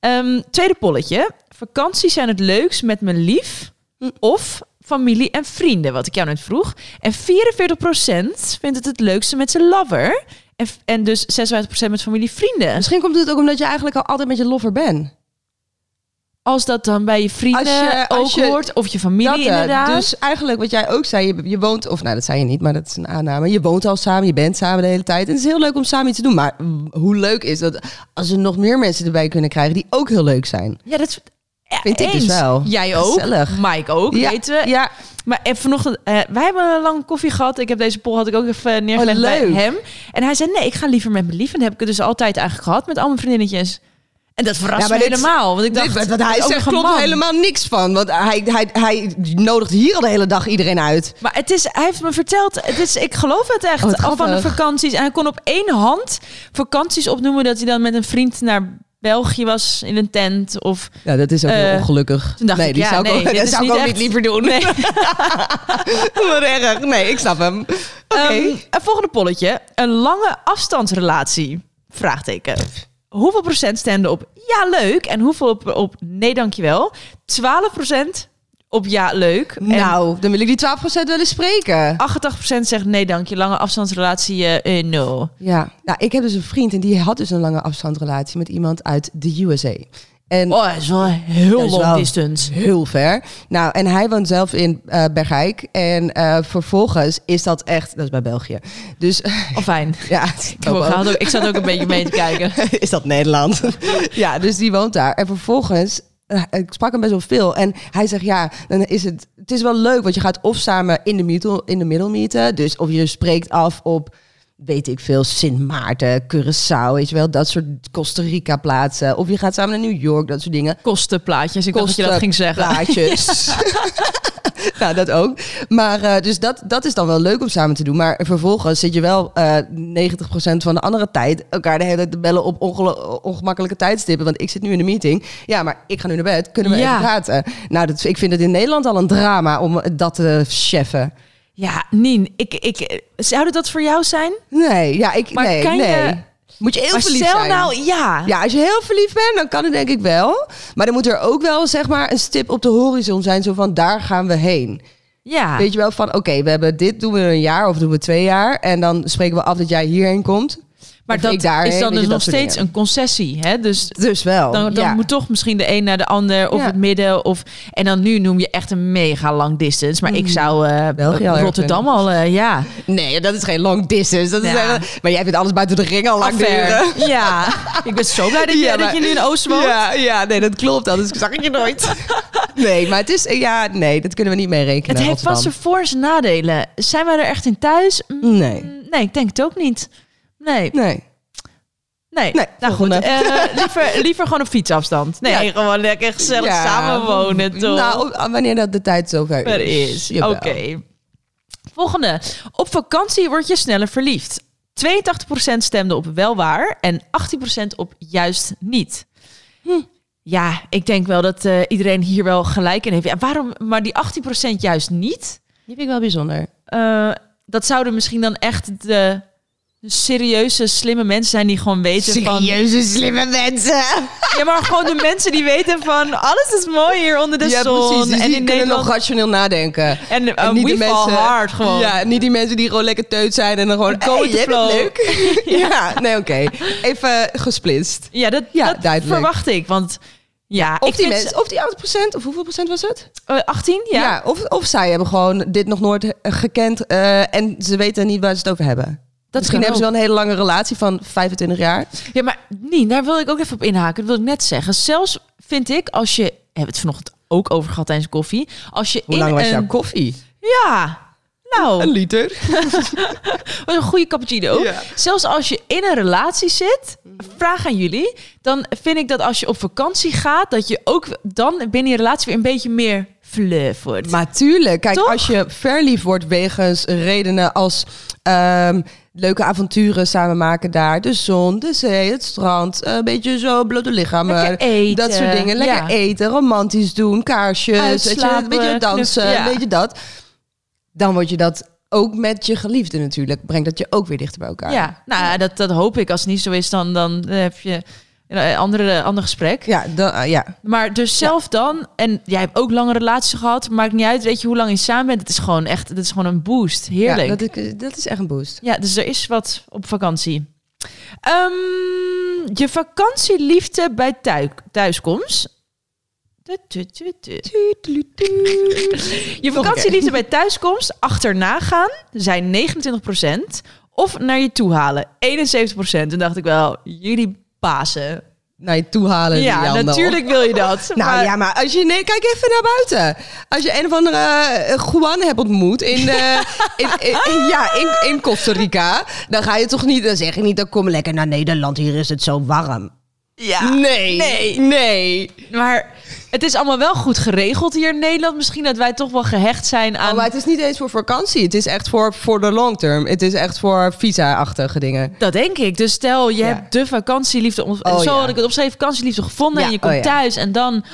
Ehm, tweede polletje. Vakanties zijn het leukst met mijn lief Hm. of familie en vrienden, wat ik jou net vroeg. En 44% vindt het het leukste met zijn lover. En, f- en dus 56% met familie en vrienden. Dus Misschien komt het ook omdat je eigenlijk al altijd met je lover bent. Als dat dan bij je vrienden Als je- ook als je- hoort, of je familie eh, inderdaad. Dus eigenlijk wat jij ook zei, je, je woont, of nou dat zei je niet, maar dat is een aanname. Je woont al samen, je bent samen de hele tijd. En het is heel leuk om samen iets te doen. Maar mm, hoe leuk is dat als we nog meer mensen erbij kunnen krijgen die ook heel leuk zijn? ja, dat ja, Vind ik dus eens. wel. Jij ook, Gezellig. Mike ook, Ja, weten we. Ja, Maar en vanochtend, eh, wij hebben een lange koffie gehad. Ik heb deze poll had ik ook even eh, neergelegd Oh, bij leuk. hem. En hij zei, nee, ik ga liever met mijn lief. En dat heb ik het dus altijd eigenlijk gehad met al mijn vriendinnetjes. En dat verrast Ja, maar me dit- helemaal. Want ik dacht, dit, wat, wat hij ook nog zegt een klopt man. helemaal niks van. Want hij, hij, hij nodigt hier al de hele dag iedereen uit. Maar het is, hij heeft me verteld, het is, ik geloof het echt, Oh, wat al van de grappig. vakanties. En hij kon op één hand vakanties opnoemen dat hij dan met een vriend naar België was in een tent. Of Ja, dat is ook heel heel Eh, ongelukkig. toen dacht nee, ik, *laughs* die ja, zou ik nee, ook, dit dat is zou ik niet ook echt. niet liever doen. *laughs* Nee. Wat erg. Nee, ik snap hem. Oké. Ehm, een volgende polletje. Een lange afstandsrelatie? Vraagteken. Hoeveel procent stemden op ja leuk en hoeveel op, op nee dankjewel? 12 procent op ja leuk. En nou, dan wil ik die 12% wel eens spreken. 88 procent zegt nee dank je. Lange afstandsrelatie eh eh, no. Ja, nou, ik heb dus een vriend en die had dus een lange afstandsrelatie met iemand uit de USA. En Oh, dat is wel heel Dat is long wel- distance. Heel ver. Nou, en hij woont zelf in eh Bergijk. En eh, vervolgens is dat echt... Dat is bij België. Dus *laughs* Oh, fijn. ja... Ik, had ook, ik zat ook een beetje mee te *laughs* kijken. *laughs* is dat Nederland? ja, dus die woont daar. En vervolgens, eh, ik sprak hem best wel veel. En hij zegt, ja, dan is het, het is wel leuk, want je gaat of samen in de middel, in de middel meeten. Dus of je spreekt af op, weet ik veel, Sint Maarten, Curaçao, weet je wel, dat soort Costa Rica plaatsen. Of je gaat samen naar New York, dat soort dingen. Kostenplaatjes. Ik dacht dat je dat ging zeggen. *laughs* Plaatjes. *laughs* nou, dat ook. Maar eh, dus dat, dat is dan wel leuk om samen te doen. Maar vervolgens zit je wel eh 90% van de andere tijd elkaar de hele tijd te bellen op ongelo- ongemakkelijke tijdstippen. Want ik zit nu in de meeting. Ja, maar ik ga nu naar bed. Kunnen we Ja. even praten? Nou, dat, ik vind het in Nederland al een drama om dat te cheffen. Ja, Nien, ik, ik, zou dat voor jou zijn? Nee, ja, ik, Maar nee, kan je- nee. Moet je heel maar verliefd stel zijn. nou, ja. Ja, als je heel verliefd bent, dan kan het denk ik wel. Maar dan moet er ook wel zeg maar een stip op de horizon zijn. Zo van, daar gaan we heen. Ja. Weet je wel, van oké, we hebben dit, doen we een jaar of doen we twee jaar. En dan spreken we af dat jij hierheen komt. maar Of dat ik daarheen, is weet dan je, dus dat nog soort steeds dingen. een concessie. Hè? Dus Dus wel. dan, dan ja. moet toch misschien de een naar de ander of Ja. het midden. Of, en dan nu noem je echt een mega lang distance. Maar ik zou eh, Mm. België al erg Rotterdam al, eh, ja. Nee, dat is geen long distance. Dat is Ja. echt- maar jij vindt alles buiten de ring al lang duren. Affair. Ja, *laughs* ik ben zo blij dat, je, Ja, dat maar- je nu in Oost woont. Ja, ja, nee, dat klopt. Anders zag ik je *laughs* nooit. nee, maar het is... eh, Ja, nee, dat kunnen we niet mee rekenen. Het heeft vast Rotterdam. zijn voor- en zijn nadelen. Zijn wij er echt in thuis? Mm, Nee, Nee, ik denk het ook niet. Nee, nee. nee. Nee, nou goed. volgende. eh, liever, liever gewoon op fietsafstand. Nee, Ja. gewoon lekker gezellig Ja. samenwonen, toch? Nou, op- wanneer dat de tijd zover Er is. is. Oké. dus. Jawel. Volgende. Op vakantie word je sneller verliefd. 82% stemde op wel waar en 18% op juist niet. Hm. Ja, ik denk wel dat eh, iedereen hier wel gelijk in heeft. Ja, waarom? Maar die 18% juist niet. Die vind ik wel bijzonder. eh, dat zouden misschien dan echt de, de serieuze, slimme mensen zijn die gewoon weten van... slimme mensen. Ja, maar gewoon de mensen die weten van alles is mooi hier onder de ja, zon. precies. Dus en die in kunnen Nederland... nog rationeel nadenken. En, eh, niet we de fall mensen- hard gewoon. Ja, niet die mensen die gewoon lekker teut zijn en dan gewoon... *laughs* Hey, komen je hebt het leuk. *laughs* ja. nee, oké. Even gesplitst. Ja, dat, Ja, dat duidelijk. verwacht ik. Want ja, Of ik die, vind mensen, of die 8 of hoeveel procent was het? eh, 18, ja. of, of zij hebben gewoon dit nog nooit eh, gekend eh, en ze weten niet waar ze het over hebben. dat Misschien kan hebben ze ook. wel een hele lange relatie van 25 jaar. Ja, maar Nien, daar wil ik ook even op inhaken. Dat wil ik net zeggen. Zelfs vind ik, als je... Hebben we het vanochtend ook over gehad tijdens koffie. Als je Hoe in lang was een, jouw koffie? Ja, nou, Een liter. wat een goede cappuccino. Ja. Zelfs als je in een relatie zit, vraag aan jullie. Dan vind ik dat als je op vakantie gaat, dat je ook dan binnen je relatie weer een beetje meer fluff wordt. Maar tuurlijk, kijk, Toch? als je verliefd wordt wegens redenen als ehm, leuke avonturen samen maken daar, de zon, de zee, het strand, eh, een beetje zo blote lichamen, Lekker eten. dat soort dingen, lekker Ja. eten, romantisch doen, kaarsjes, weet je, Uitslapen, een beetje dansen, knuffelen, ja. weet je dat, dan word je dat ook met je geliefde natuurlijk, brengt dat je ook weer dichter bij elkaar. Ja, nou, ja, dat, dat hoop ik. Als het niet zo is, dan, dan eh, heb je een eh, andere, ander gesprek. ja, dan, ah, ja. Maar dus zelf dan, en jij hebt ook lange relaties gehad, maakt niet uit, weet je hoe lang je samen bent. Het is gewoon echt, het is gewoon een boost. Heerlijk. ja Ja, dat, is, dat is echt een boost. dus er is wat op vakantie. Ehm, je vakantieliefde bij thui- thuiskomst. Tu, tu, tu, tu. *laughs* Je vakantieliefde bij thuiskomst, achterna gaan, zijn 29%. Of naar je toe halen, 71%. Toen dacht ik wel, jullie pasen. Naar je toe halen. Ja, Jandel. natuurlijk wil je dat. Eh, *laughs* Nou maar- ja, maar als je nee, kijk even naar buiten. Als je een of andere eh, Juan hebt ontmoet in, eh, in, in- in- ja, in, in Costa Rica, dan ga je toch niet, dan zeg je niet, dan kom lekker naar Nederland, hier is het zo warm. Ah, Ja. Nee, Nee. nee. Maar het is allemaal wel goed geregeld hier in Nederland. Misschien dat wij toch wel gehecht zijn aan... Oh, maar het is niet eens voor vakantie, het is echt voor voor de long term. Het is echt voor visa-achtige dingen. Dat denk ik. Dus stel, je Ja. hebt de vakantieliefde... ont- Oh, zo ja. had ik het opgeschreven, vakantieliefde gevonden. Ja, en je komt oh, ja. thuis en dan...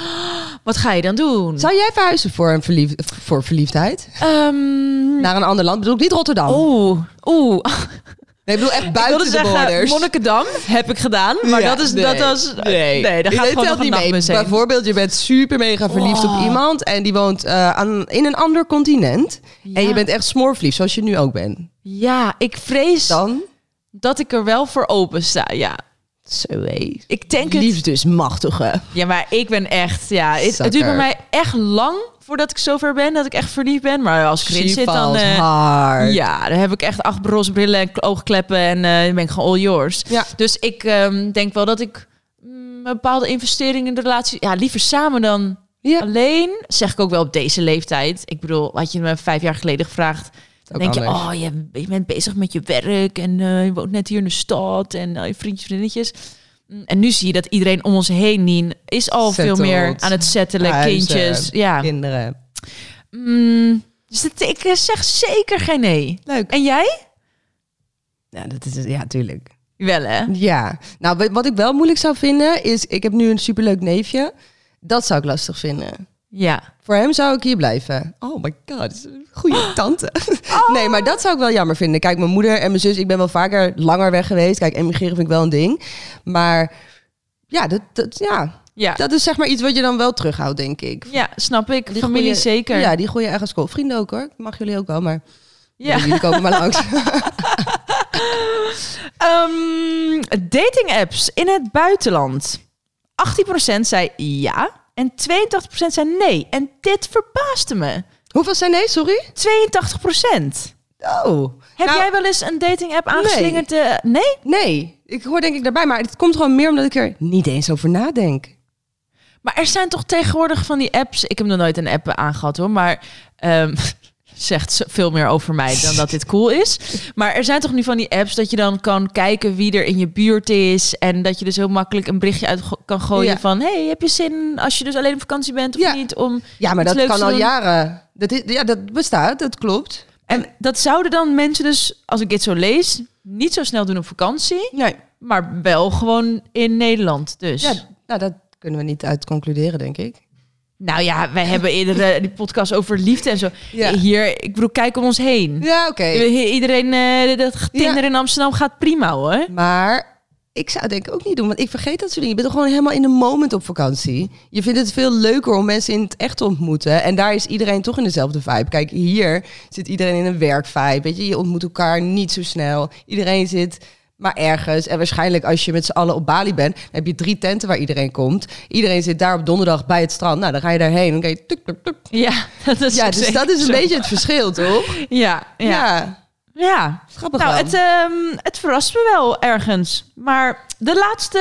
Wat ga je dan doen? Zou jij verhuizen voor, een verlief, voor verliefdheid? Ehm, Naar een ander land? Bedoel ik niet Rotterdam. Oeh, oeh. Nee, ik bedoel echt Oh. Ik wilde buiten de zeggen, borders. eh, Monnikendam heb ik gedaan. Maar Ja, dat is... Dat nee, was, nee, daar gaat Nee, dat gewoon nog telt een niet nachtbus mee. heen. Bijvoorbeeld, je bent super mega verliefd Oh. op iemand en die woont eh, aan, in een ander continent. En Ja. je bent echt smoorverliefd, zoals je nu ook bent. Ja, ik vrees Dan dat ik er wel voor open sta, ja. Zo hé. Ik denk het. Liefdesmachtige. Ja, maar ik ben echt, ja, het, het duurt bij Sucker. mij echt lang voordat ik zover ben dat ik echt verliefd ben. Maar als ik erin She zit, dan, falls eh, hard. ja, dan heb ik echt acht roze brillen en k- oogkleppen en eh, dan ben ik gewoon all yours. Ja. Dus ik ehm, denk wel dat ik mm, een bepaalde investering in de relatie, ja, liever samen dan Ja. alleen. Zeg ik ook wel op deze leeftijd. Ik bedoel, had je me vijf jaar geleden gevraagd, dan Ook denk je, anders. oh, je, je bent bezig met je werk en eh, je woont net hier in de stad en eh, je vriendjes, vriendinnetjes. Mm, En nu zie je dat iedereen om ons heen Nien, is al veel Settled. meer aan het settelen, Huizen, kindjes. Ja. Kinderen. Mm, dus dat, ik eh, zeg zeker geen nee. Leuk. En jij? Ja, dat is, ja, tuurlijk. Wel hè? Ja, nou wat- wat ik wel moeilijk zou vinden is, ik heb nu een superleuk neefje. Dat zou ik lastig vinden. Ja. Voor hem zou ik hier blijven. Oh my god, goede *laughs* tante. Oh. Nee, maar dat zou ik wel jammer vinden. Kijk, mijn moeder en mijn zus, ik ben wel vaker langer weg geweest. Kijk, emigreren vind ik wel een ding. Maar ja, dat, dat, ja, Ja. dat is zeg maar iets wat je dan wel terughoudt, denk ik. ja, snap ik. Die Familie goeie- zeker. Ja, die goede eigen school. Vrienden ook hoor. Mag jullie ook wel, maar Ja. jullie komen maar *laughs* langs. Ehm, dating apps in het buitenland. 18% zei ja en 82% zei nee. En dit verbaasde me. Hoeveel zijn nee, sorry? 82%. Oh. Heb Nou, jij wel eens een dating app aangeslingerd? eh, Nee. Nee, ik hoor denk ik daarbij, maar het komt gewoon meer omdat ik er niet eens over nadenk. Maar er zijn toch tegenwoordig van die apps... Ik heb nog nooit een app aangehad hoor, maar... ehm, *laughs* zegt ze- veel meer over mij dan dat dit cool is. Maar er zijn toch nu van die apps dat je dan kan kijken wie er in je buurt is... en dat je dus heel makkelijk een berichtje uit go- kan gooien Ja. van... hey, heb je zin als je dus alleen op vakantie bent of Ja. niet om... Ja, maar iets dat leuks kan te al doen? jaren. Dat is, ja, dat bestaat, dat klopt. En dat zouden dan mensen dus, als ik dit zo lees... niet zo snel doen op vakantie, Nee. maar wel gewoon in Nederland dus. Ja, nou, dat kunnen we niet uit concluderen, denk ik. Nou ja, wij hebben eerder eh, die podcast over liefde en zo. Ja. Hier, ik bedoel, kijk om ons heen. Ja, oké. I- Iedereen eh, dat Tinder in Amsterdam gaat prima hoor. Maar ik zou het denk ik ook niet doen, want ik vergeet dat soort dingen. Je bent er gewoon helemaal in de moment op vakantie. Je vindt het veel leuker om mensen in het echt te ontmoeten. En daar is iedereen toch in dezelfde vibe. Kijk, hier zit iedereen in een werkvibe. Weet je, je ontmoet elkaar niet zo snel. Iedereen zit maar ergens. En waarschijnlijk als je met z'n allen op Bali bent, dan heb je drie tenten waar iedereen komt. Iedereen zit daar op donderdag bij het strand. Nou, dan ga je daarheen. Dan ga je tuk, tuk, tuk. Ja, *laughs* dat is, Ja, dus zeker dat is een zo. beetje het verschil, toch? Ja, ja. ja. grappig Nou, wel. het, ehm, het verrast me wel ergens. Maar de laatste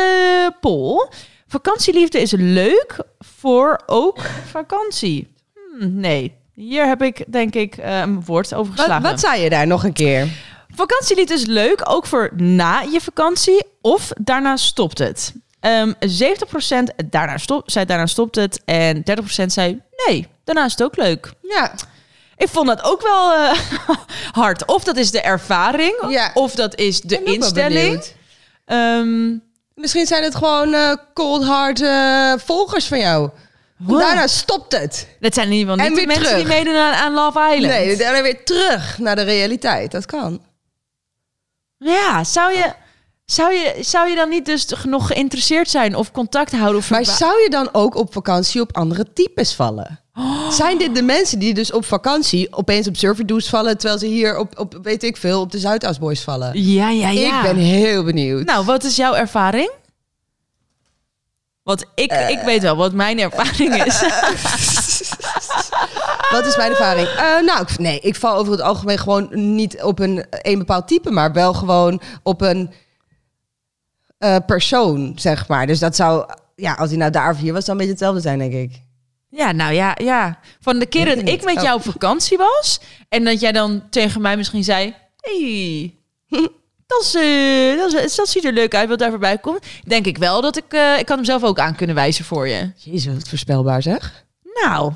poll. Vakantieliefde is leuk voor ook vakantie. Hmm, nee, hier heb ik denk ik eh, een woord over wat, geslagen. wat zei je daar nog een keer? Vakantielied is dus leuk, ook voor na je vakantie of daarna stopt het. Ehm 70% daarna stop, zei daarna stopt het en 30% zei nee, daarna is het ook leuk. Ja, Ik vond dat ook wel eh, *laughs* hard. Of dat is de ervaring, Ja. of dat is de ik ben ook wel instelling. benieuwd. Ehm, Misschien zijn het gewoon eh, cold hard eh, volgers van jou. Wow. Daarna stopt het. dat zijn in ieder geval En niet de weer mensen die terug. meedoen aan, aan Love Island. Nee, daarna weer terug naar de realiteit. Dat kan. Ja, zou je, zou, je, zou je dan niet dus nog geïnteresseerd zijn of contact houden? Of Maar verba- zou je dan ook op vakantie op andere types vallen? Zijn dit de mensen die dus op vakantie opeens op surferdoes vallen... terwijl ze hier op, op weet ik veel, op de Zuidas-boys vallen? ja, ja, ja. Ik ben heel benieuwd. Nou, wat is jouw ervaring? Want ik, Eh. ik weet wel wat mijn ervaring is. *laughs* Wat is mijn ervaring? Eh, nou, ik, nee, ik val over het algemeen gewoon niet op een, een bepaald type, maar wel gewoon op een eh, persoon, zeg maar. Dus dat zou, ja, als hij nou daar of hier was, dan een beetje hetzelfde zijn, denk ik. ja, nou ja, ja. Van de keer Weet dat ik ik niet. Oh. met jou op vakantie was... en dat jij dan tegen mij misschien zei... *laughs* hey, dat, is, eh, dat, is- dat ziet er leuk uit wat daar voorbij komt. Denk ik wel dat ik... eh, ik kan hem zelf ook aan kunnen wijzen voor je. Jezus, wat voorspelbaar zeg. Nou,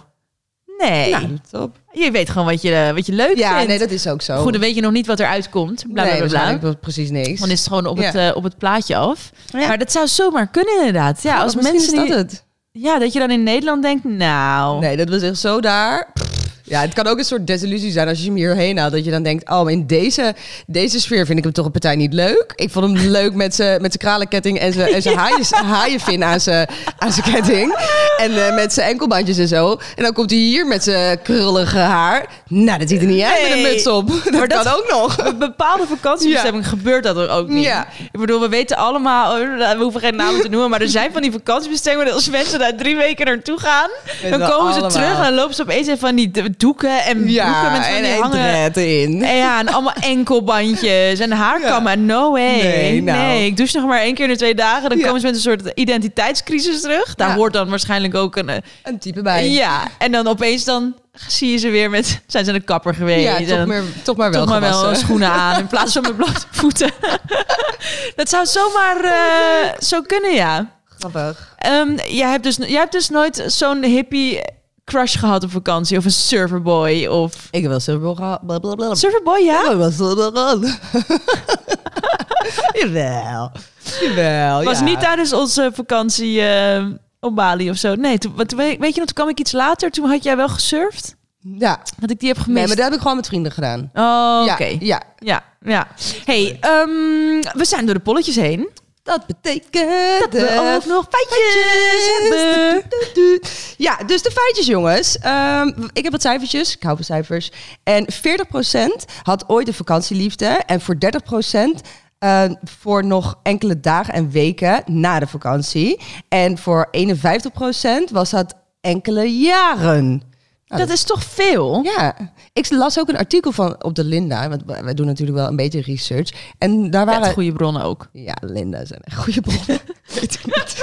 nee. Nou, top. Je weet gewoon wat je, eh, wat je leuk Ja, vindt. nee, dat is ook zo. Goed, dan weet je nog niet wat eruit komt. Bla, bla, nee, bla, dat bla. ik wel precies niks. Dan is het gewoon op, Ja. het, eh, op het plaatje af. Ja. Maar dat zou zomaar kunnen inderdaad. Ja, Oh, als misschien mensen is dat die- het. *laughs* Ja, dat je dan in Nederland denkt, nou... Nee, dat was echt zo daar. Pff, Ja, het kan ook een soort desillusie zijn als je hem hierheen haalt. Dat je dan denkt, oh, maar in deze, deze sfeer vind ik hem toch een partij niet leuk. Ik vond hem leuk met zijn met z'n kralenketting en zijn *laughs* en zijn haaien, haaienvin aan zijn aan zijn ketting. En eh, met zijn enkelbandjes en zo. En dan komt hij hier met zijn krullige haar. Nou, dat ziet er niet uit met Nee. een muts op. *laughs* Dat Maar dat- kan ook nog. Bij bepaalde vakantiebestemmingen gebeurt dat er ook niet. Ja. Ik bedoel, we weten allemaal, oh, we hoeven geen namen te noemen, maar er zijn van die vakantiebestemmingen dat als mensen daar drie weken naartoe gaan, dan wel komen ze allemaal. terug en dan lopen ze opeens in van die d- doeken en broeken met van en die een hangen. dread in. En ja, en *laughs* allemaal enkelbandjes en haarkammen. No way. Nee, nou. ik douche nog maar één keer in de twee dagen. Dan Ja. komen ze met een soort identiteitscrisis terug. Daar Ja. hoort dan waarschijnlijk ook een... eh, Een type bij. Ja, en dan opeens dan zie je ze weer met... Zijn ze aan de kapper geweest? Ja, en toch, meer, toch maar wel toch maar wel gewassen. schoenen *laughs* aan in plaats van met blote voeten. *laughs* dat zou zomaar eh, zo kunnen, ja. Grappig. Ehm, jij, hebt dus, jij hebt dus nooit zo'n hippie crush gehad op vakantie of een surferboy of... Ik heb wel zoveel gehad. Blablabla. Surferboy, ja? Ja, was wel dan. *laughs* Jawel. Jawel. was Oh, ja. niet tijdens onze vakantie eh, op Bali of zo. Nee, toen, want toen weet, weet je nog, toen kwam ik iets later. Toen had jij wel gesurfd. Ja. Dat ik die heb gemist. Nee, maar dat heb ik gewoon met vrienden gedaan. Oh, oké. Ja, Ja, ja. ja. Hey, ehm, we zijn door de polletjes heen. Dat betekent Dat we ook nog feitjes feitjes. hebben. Ja, dus de feitjes, jongens. Ehm, ik heb wat cijfertjes. Ik hou van cijfers. En 40% had ooit een vakantieliefde. En voor 30% eh, voor nog enkele dagen en weken na de vakantie. En voor 51% was dat enkele jaren. Nou, dat is toch veel? Ja, ik las ook een artikel van op de Linda, want wij wij doen natuurlijk wel een beetje research. En daar waren Met goede bronnen ook. ja, Linda zijn echt goede *laughs* bronnen. Weet ik niet.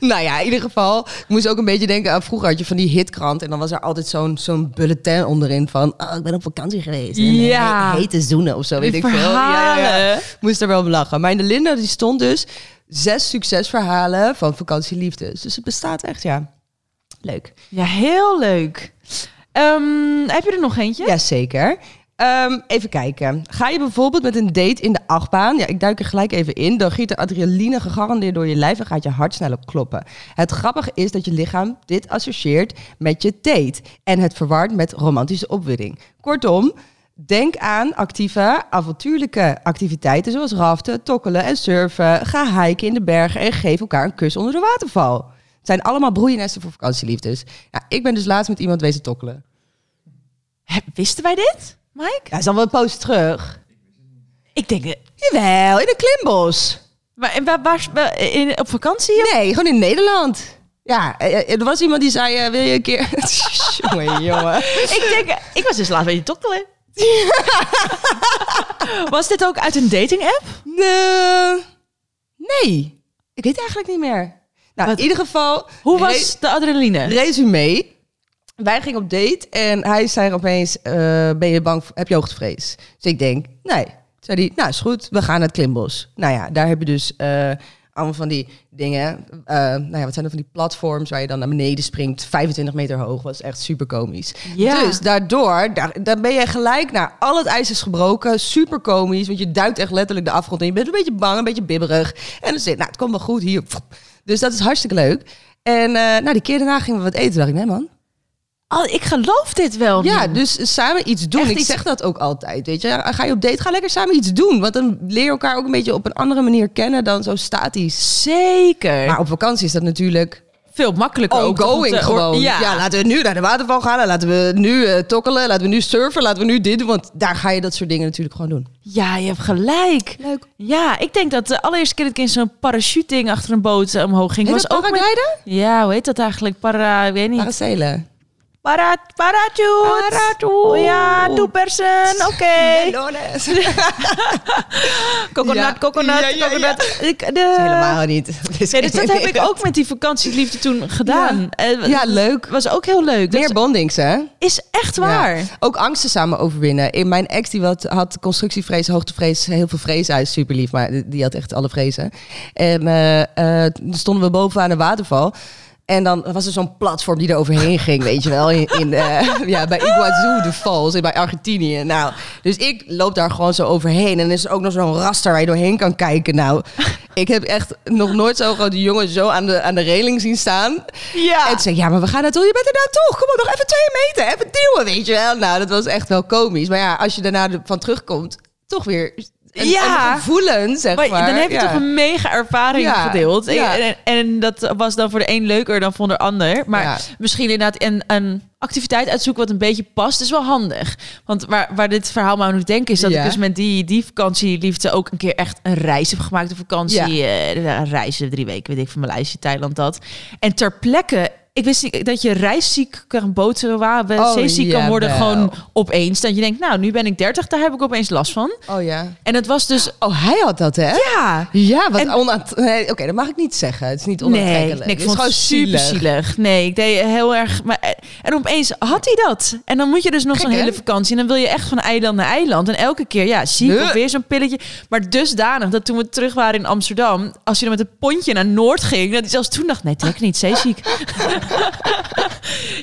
nou ja, in ieder geval. Ik moest ook een beetje denken aan vroeger had je van die hitkrant. En dan was er altijd zo'n zo'n bulletin onderin van... Oh, ik ben op vakantie geweest. En, eh, Ja. he- hete zoenen of zo, weet Die ik veel. Ja, ja, ja. verhalen. Ik moest er wel om lachen. Maar in de Linda die stond dus... Zes succesverhalen van vakantieliefdes. Dus het bestaat echt, ja. Leuk. Ja, heel leuk. Ehm, heb je er nog eentje? Jazeker. Ehm, even kijken. Ga je bijvoorbeeld met een date in de achtbaan? Ja, ik duik er gelijk even in. Dan giet de adrenaline gegarandeerd door je lijf en gaat je hart sneller kloppen. Het grappige is dat je lichaam dit associeert met je date. En het verward met romantische opwinding. Kortom, denk aan actieve, avontuurlijke activiteiten zoals raften, tokkelen en surfen. Ga hiken in de bergen en geef elkaar een kus onder de waterval. Het zijn allemaal broeiennesten voor vakantieliefdes. Ja, ik ben dus laatst met iemand wezen tokkelen. Hè, Wisten wij dit, Mike? Ja, is dan wel een poos terug. Ik denk... eh, Jawel, in een klimbos. Maar en waar, waar, waar- in, op vakantie? Nee, gewoon in Nederland. Ja, eh, eh, er was iemand die zei, eh, wil je een keer... *laughs* jongen, jongen. Ik denk, eh, ik was dus laatst bij je tokkelen. *laughs* Was dit ook uit een dating app? Nee. nee, ik weet eigenlijk niet meer. Nou, Wat- in ieder geval... Hoe was de adrenaline? Re- resume. Wij gingen op date en hij zei opeens, eh, ben je bang, voor- heb je hoogtevrees? Dus ik denk, nee. Zei hij, nou is goed, we gaan naar het klimbos. Nou ja, daar heb je dus eh, allemaal van die dingen. eh, nou ja, wat zijn er van die platforms waar je dan naar beneden springt, 25 meter hoog. was echt super komisch. Ja. Dus daardoor, daar, dan ben je gelijk naar al het ijs is gebroken. Super komisch, want je duikt echt letterlijk de afgrond in. Je bent een beetje bang, een beetje bibberig. En dan zit, nou het komt wel goed hier. Dus dat is hartstikke leuk. En eh, nou, die keer daarna gingen we wat eten. dacht ik, nee man. Oh, ik geloof dit wel. Ja, niet. dus samen iets doen. Echt ik iets- zeg dat ook altijd, weet je. Ja, Ga je op date, ga lekker samen iets doen. Want dan leer je elkaar ook een beetje op een andere manier kennen dan zo statisch. dus- Zeker. Maar op vakantie is dat natuurlijk Veel makkelijker ook. toch, om ongoing te- gewoon. Ja. Ja. nou- laten we nu naar de waterval gaan. en Laten we nu eh, tokkelen. Laten we nu surfen. Laten we nu dit doen. Want daar ga je dat soort dingen natuurlijk gewoon doen. ja, je hebt gelijk. Leuk. Ja, ik denk dat de allereerste keer dat ik in zo'n parachuting achter een boot eh, omhoog ging... Ik was was ook met- paragliden? Ja, hoe heet dat eigenlijk? Para... Ik weet niet. Paracelen. Para, parachute. Parachute. *laughs* Ja, two person. Oké. Melones. *laughs* Coconut, Ja. coconut, Ja, ja, ja. coconut. Ik, de... Helemaal niet. Nee, dus dat heb *laughs* ik ook met die vakantieliefde toen gedaan. Eh, Ja, leuk. Was ook heel leuk. Dat Meer bondings, hè? is echt waar. Ja. Ook angsten samen overwinnen. In mijn ex die wat, had constructievrees, hoogtevrees, heel veel vrees. Hij is super lief, maar die- die had echt alle vrezen. En eh, eh, toen stonden we bovenaan een waterval. En dan was er zo'n platform die er overheen ging, weet je wel. In, in, eh, *laughs* ja, bij Iguazu de Falls, in- bij Argentinië. Nou, dus ik loop daar gewoon zo overheen. En er is ook nog zo'n raster waar je doorheen kan kijken. Nou, Ik heb echt nog nooit zo'n grote jongen zo aan de, aan de reling zien staan. Ja. En toen zei ik, ja, maar we gaan naartoe. Je bent er nou toch. Kom op, nog even twee meter. Even duwen, weet je wel. Nou, dat was echt wel komisch. Maar ja, als je daarna van terugkomt, toch weer een, Ja. een gevoelen, zeg maar. Maar dan heb je Ja. toch een mega ervaring Ja, gedeeld. En- ja. En, en dat was dan voor de een leuker dan voor de ander. Maar Ja. misschien inderdaad een, een activiteit uitzoeken wat een beetje past, is wel handig. Want waar, waar dit verhaal me aan doet denken, is dat Ja. ik dus met die, die vakantieliefde ook een keer echt een reis heb gemaakt. Een vakantie, eh, een reizen drie weken, weet ik van Maleisië, Thailand, dat. En ter plekke... Ik wist niet dat je reisziek kan boten, Oh, zeeziek kan worden, jawel. gewoon opeens. Dat je denkt, nou, nu ben ik 30, daar heb ik opeens last van. Oh ja. En het was dus, Oh, hij had dat, hè? ja, Ja, wat En- onaant... Nee, Oké, dat mag ik niet zeggen. Het is niet Nee, onaantrekkelijk. nee, ik Het vond is het super zielig. Nee, ik deed heel erg... Maar, eh, en opeens had hij dat. En dan moet je dus nog Gek, zo'n hè? hele vakantie. En dan wil je echt van eiland naar eiland. En elke keer, ja, ziek Huh? of weer zo'n pilletje. Maar dusdanig dat toen we terug waren in Amsterdam... als je dan met een pontje naar Noord ging... dat hij zelfs toen dacht, nee, trek niet, *laughs* zeeziek.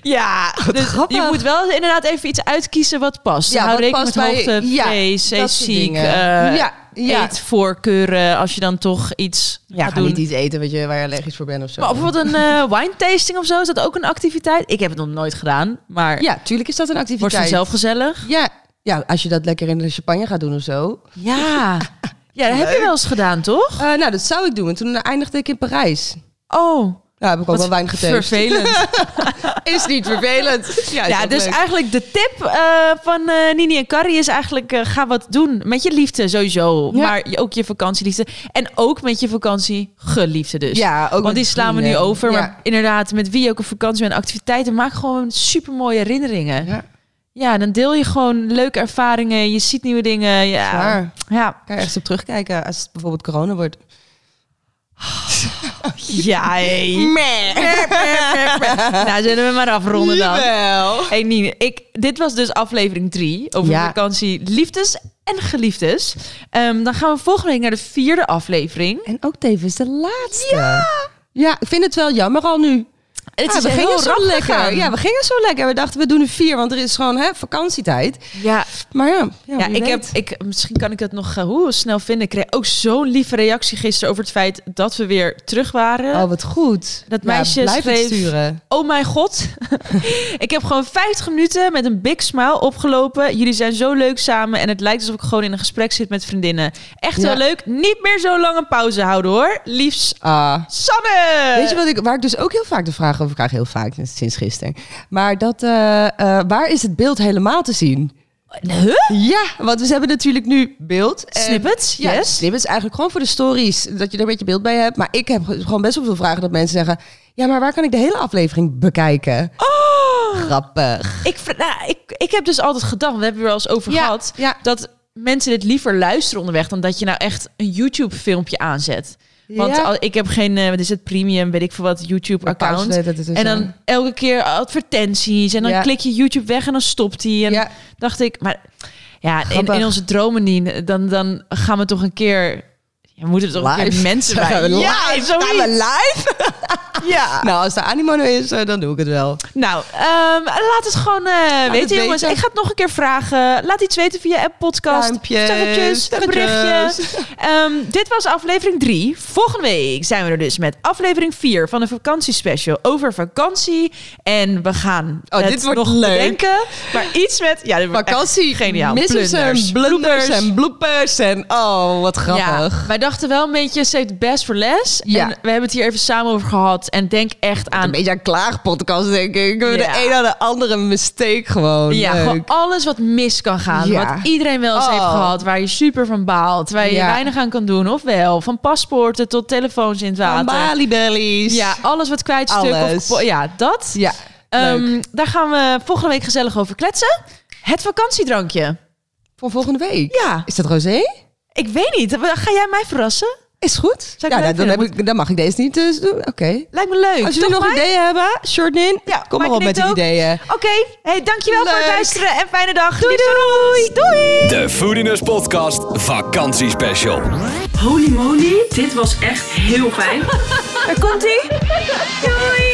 ja, dus grappig. je moet wel inderdaad even iets uitkiezen wat past. Ja, Hou wat rekening past met bij- hoogte, ja, vrees, dat soort zeeziek... dingen. eh, Ja, ja. eetvoorkeuren als je dan toch iets Ja, gaat ga doen. niet iets eten wat je, waar je allergisch voor bent of zo. Maar bijvoorbeeld een eh wine tasting of zo, is dat ook een activiteit? Ik heb het nog nooit gedaan, maar ja, tuurlijk is dat een wordt activiteit. vanzelf gezellig. Ja, ja, als je dat lekker in de champagne gaat doen of zo. *laughs* Ja. Ja, dat heb je wel eens gedaan, toch? Eh, nou, dat zou ik doen. En toen eindigde ik in Parijs. Oh, Nou, heb ik ook wat wel wijn getest. vervelend. *laughs* Is niet vervelend. Ja, *laughs* is ja, ook dus leuk. eigenlijk de tip eh, van eh, Nini en Carrie is eigenlijk... eh, ga wat doen met je liefde sowieso, Ja. maar je- ook je vakantieliefde. En ook met je vakantiegeliefde dus. Ja, ook Want die slaan we nu over. Ja. Maar inderdaad, met wie je ook een vakantie en activiteiten... maak gewoon supermooie herinneringen. Ja. Ja, dan deel je gewoon leuke ervaringen. Je ziet nieuwe dingen. Ja, Zwaar. ja. Kan je ergens op terugkijken als het bijvoorbeeld corona wordt. ja hey. *laughs* Nou, zullen we maar afronden dan. Jawel. Hey Nien, ik, dit was dus aflevering 3 over Ja. vakantie, liefdes en geliefdes. Ehm, dan gaan we volgende week naar de vierde aflevering. En ook tevens de laatste. Ja. Ja, ik vind het wel jammer al nu. Het Ja, is heel rap lekker. gegaan. Ja, we gingen zo lekker. We dachten, we doen er vier, want er is gewoon hè, vakantietijd. Ja, Maar ja, ja ik heb, ik, misschien kan ik dat nog eh, hoe snel vinden. Ik kreeg ook zo'n lieve reactie gisteren over het feit dat we weer terug waren. Oh, wat goed. Dat Ja, meisje blijf het schreef- sturen. Oh mijn god. *laughs* ik heb gewoon 50 minuten met een big smile opgelopen. Jullie zijn zo leuk samen. En het lijkt alsof ik gewoon in een gesprek zit met vriendinnen. Echt Ja. wel leuk. Niet meer zo lang een pauze houden hoor. Liefst Ah. Sanne. Weet je wat ik, waar ik dus ook heel vaak de vraag over krijg, heel vaak sinds gisteren. Maar dat, eh, eh, waar is het beeld helemaal te zien? Huh? Ja, want we hebben natuurlijk nu beeld. en- Snippets, Ja, yes. snippets eigenlijk gewoon voor de stories, dat je er een beetje beeld bij hebt. Maar ik heb gewoon best wel veel vragen dat mensen zeggen, ja, maar waar kan ik de hele aflevering bekijken? Oh. Grappig. Ik, vra- nou, ik, ik heb dus altijd gedacht, we hebben het er wel eens over Ja, gehad. ja. Dat mensen dit liever luisteren onderweg dan dat je nou echt een YouTube filmpje aanzet. Want Ja. al, ik heb geen, eh, wat is het, premium, weet ik veel wat, YouTube account. Pauze, dat is dus En een- dan elke keer advertenties. En dan Ja. klik je YouTube weg en dan stopt hij. En Ja. dacht ik, maar ja, in, Grappig. in onze dromen niet. Dan, dan gaan we toch een keer... Ja, we moeten toch een keer mensen bij. Ja, ja, *laughs* Gaan we zoiets. live? Ja. *laughs* Nou, als de animo er is, eh, dan doe ik het wel. Nou, ehm, laat het gewoon eh, weten, het jongens. weten. Ik ga het nog een keer vragen. Laat iets weten via app, podcast, Duimpjes, sterretjes, sterretjes. berichtjes. Ehm, dit was aflevering 3. Volgende week zijn we er dus met aflevering 4 van de vakantiespecial over vakantie. En we gaan Oh, het dit wordt nog leuk. bedenken. Maar iets met... Ja, dit wordt echt Vakantie, geniaal. missers Plunders, en blunders bloepers. en bloepers en oh, wat grappig. Ja, wij dachten wel een beetje save the best for last. Ja. En we hebben het hier even samen over gehad. En denk echt aan Een beetje een klaagpodcast, denk ik. We Ja. De een aan de andere mistake gewoon. Ja, Leuk. gewoon alles wat mis kan gaan. Ja. Wat iedereen wel eens Oh. heeft gehad. Waar je super van baalt. Waar je Ja. weinig aan kan doen. Of wel. Van paspoorten tot telefoons in het Van water. Bali Bellies. Ja, alles wat kwijtstuk. Alles. Of, ja, dat. ja. Ehm, leuk. daar gaan we volgende week gezellig over kletsen. Het vakantiedrankje. Voor volgende week. Ja, Is dat Rosé? ik weet niet. Ga jij mij verrassen? Is goed. Zou ik ja, leuk dan, vinden. heb ik, dan mag ik deze niet dus doen. Oké. Lijkt me leuk. Als jullie Toch, nog Mike? ideeën hebben, short in. Ja, Kom maar Mike op met die knikt ook. ideeën. Oké, hey, dankjewel voor het Leuk. luisteren en fijne dag. Doei, doei. Doei. De Foodiness Podcast Vakantiespecial. Holy moly, dit was echt heel fijn. Daar komt ie. Doei.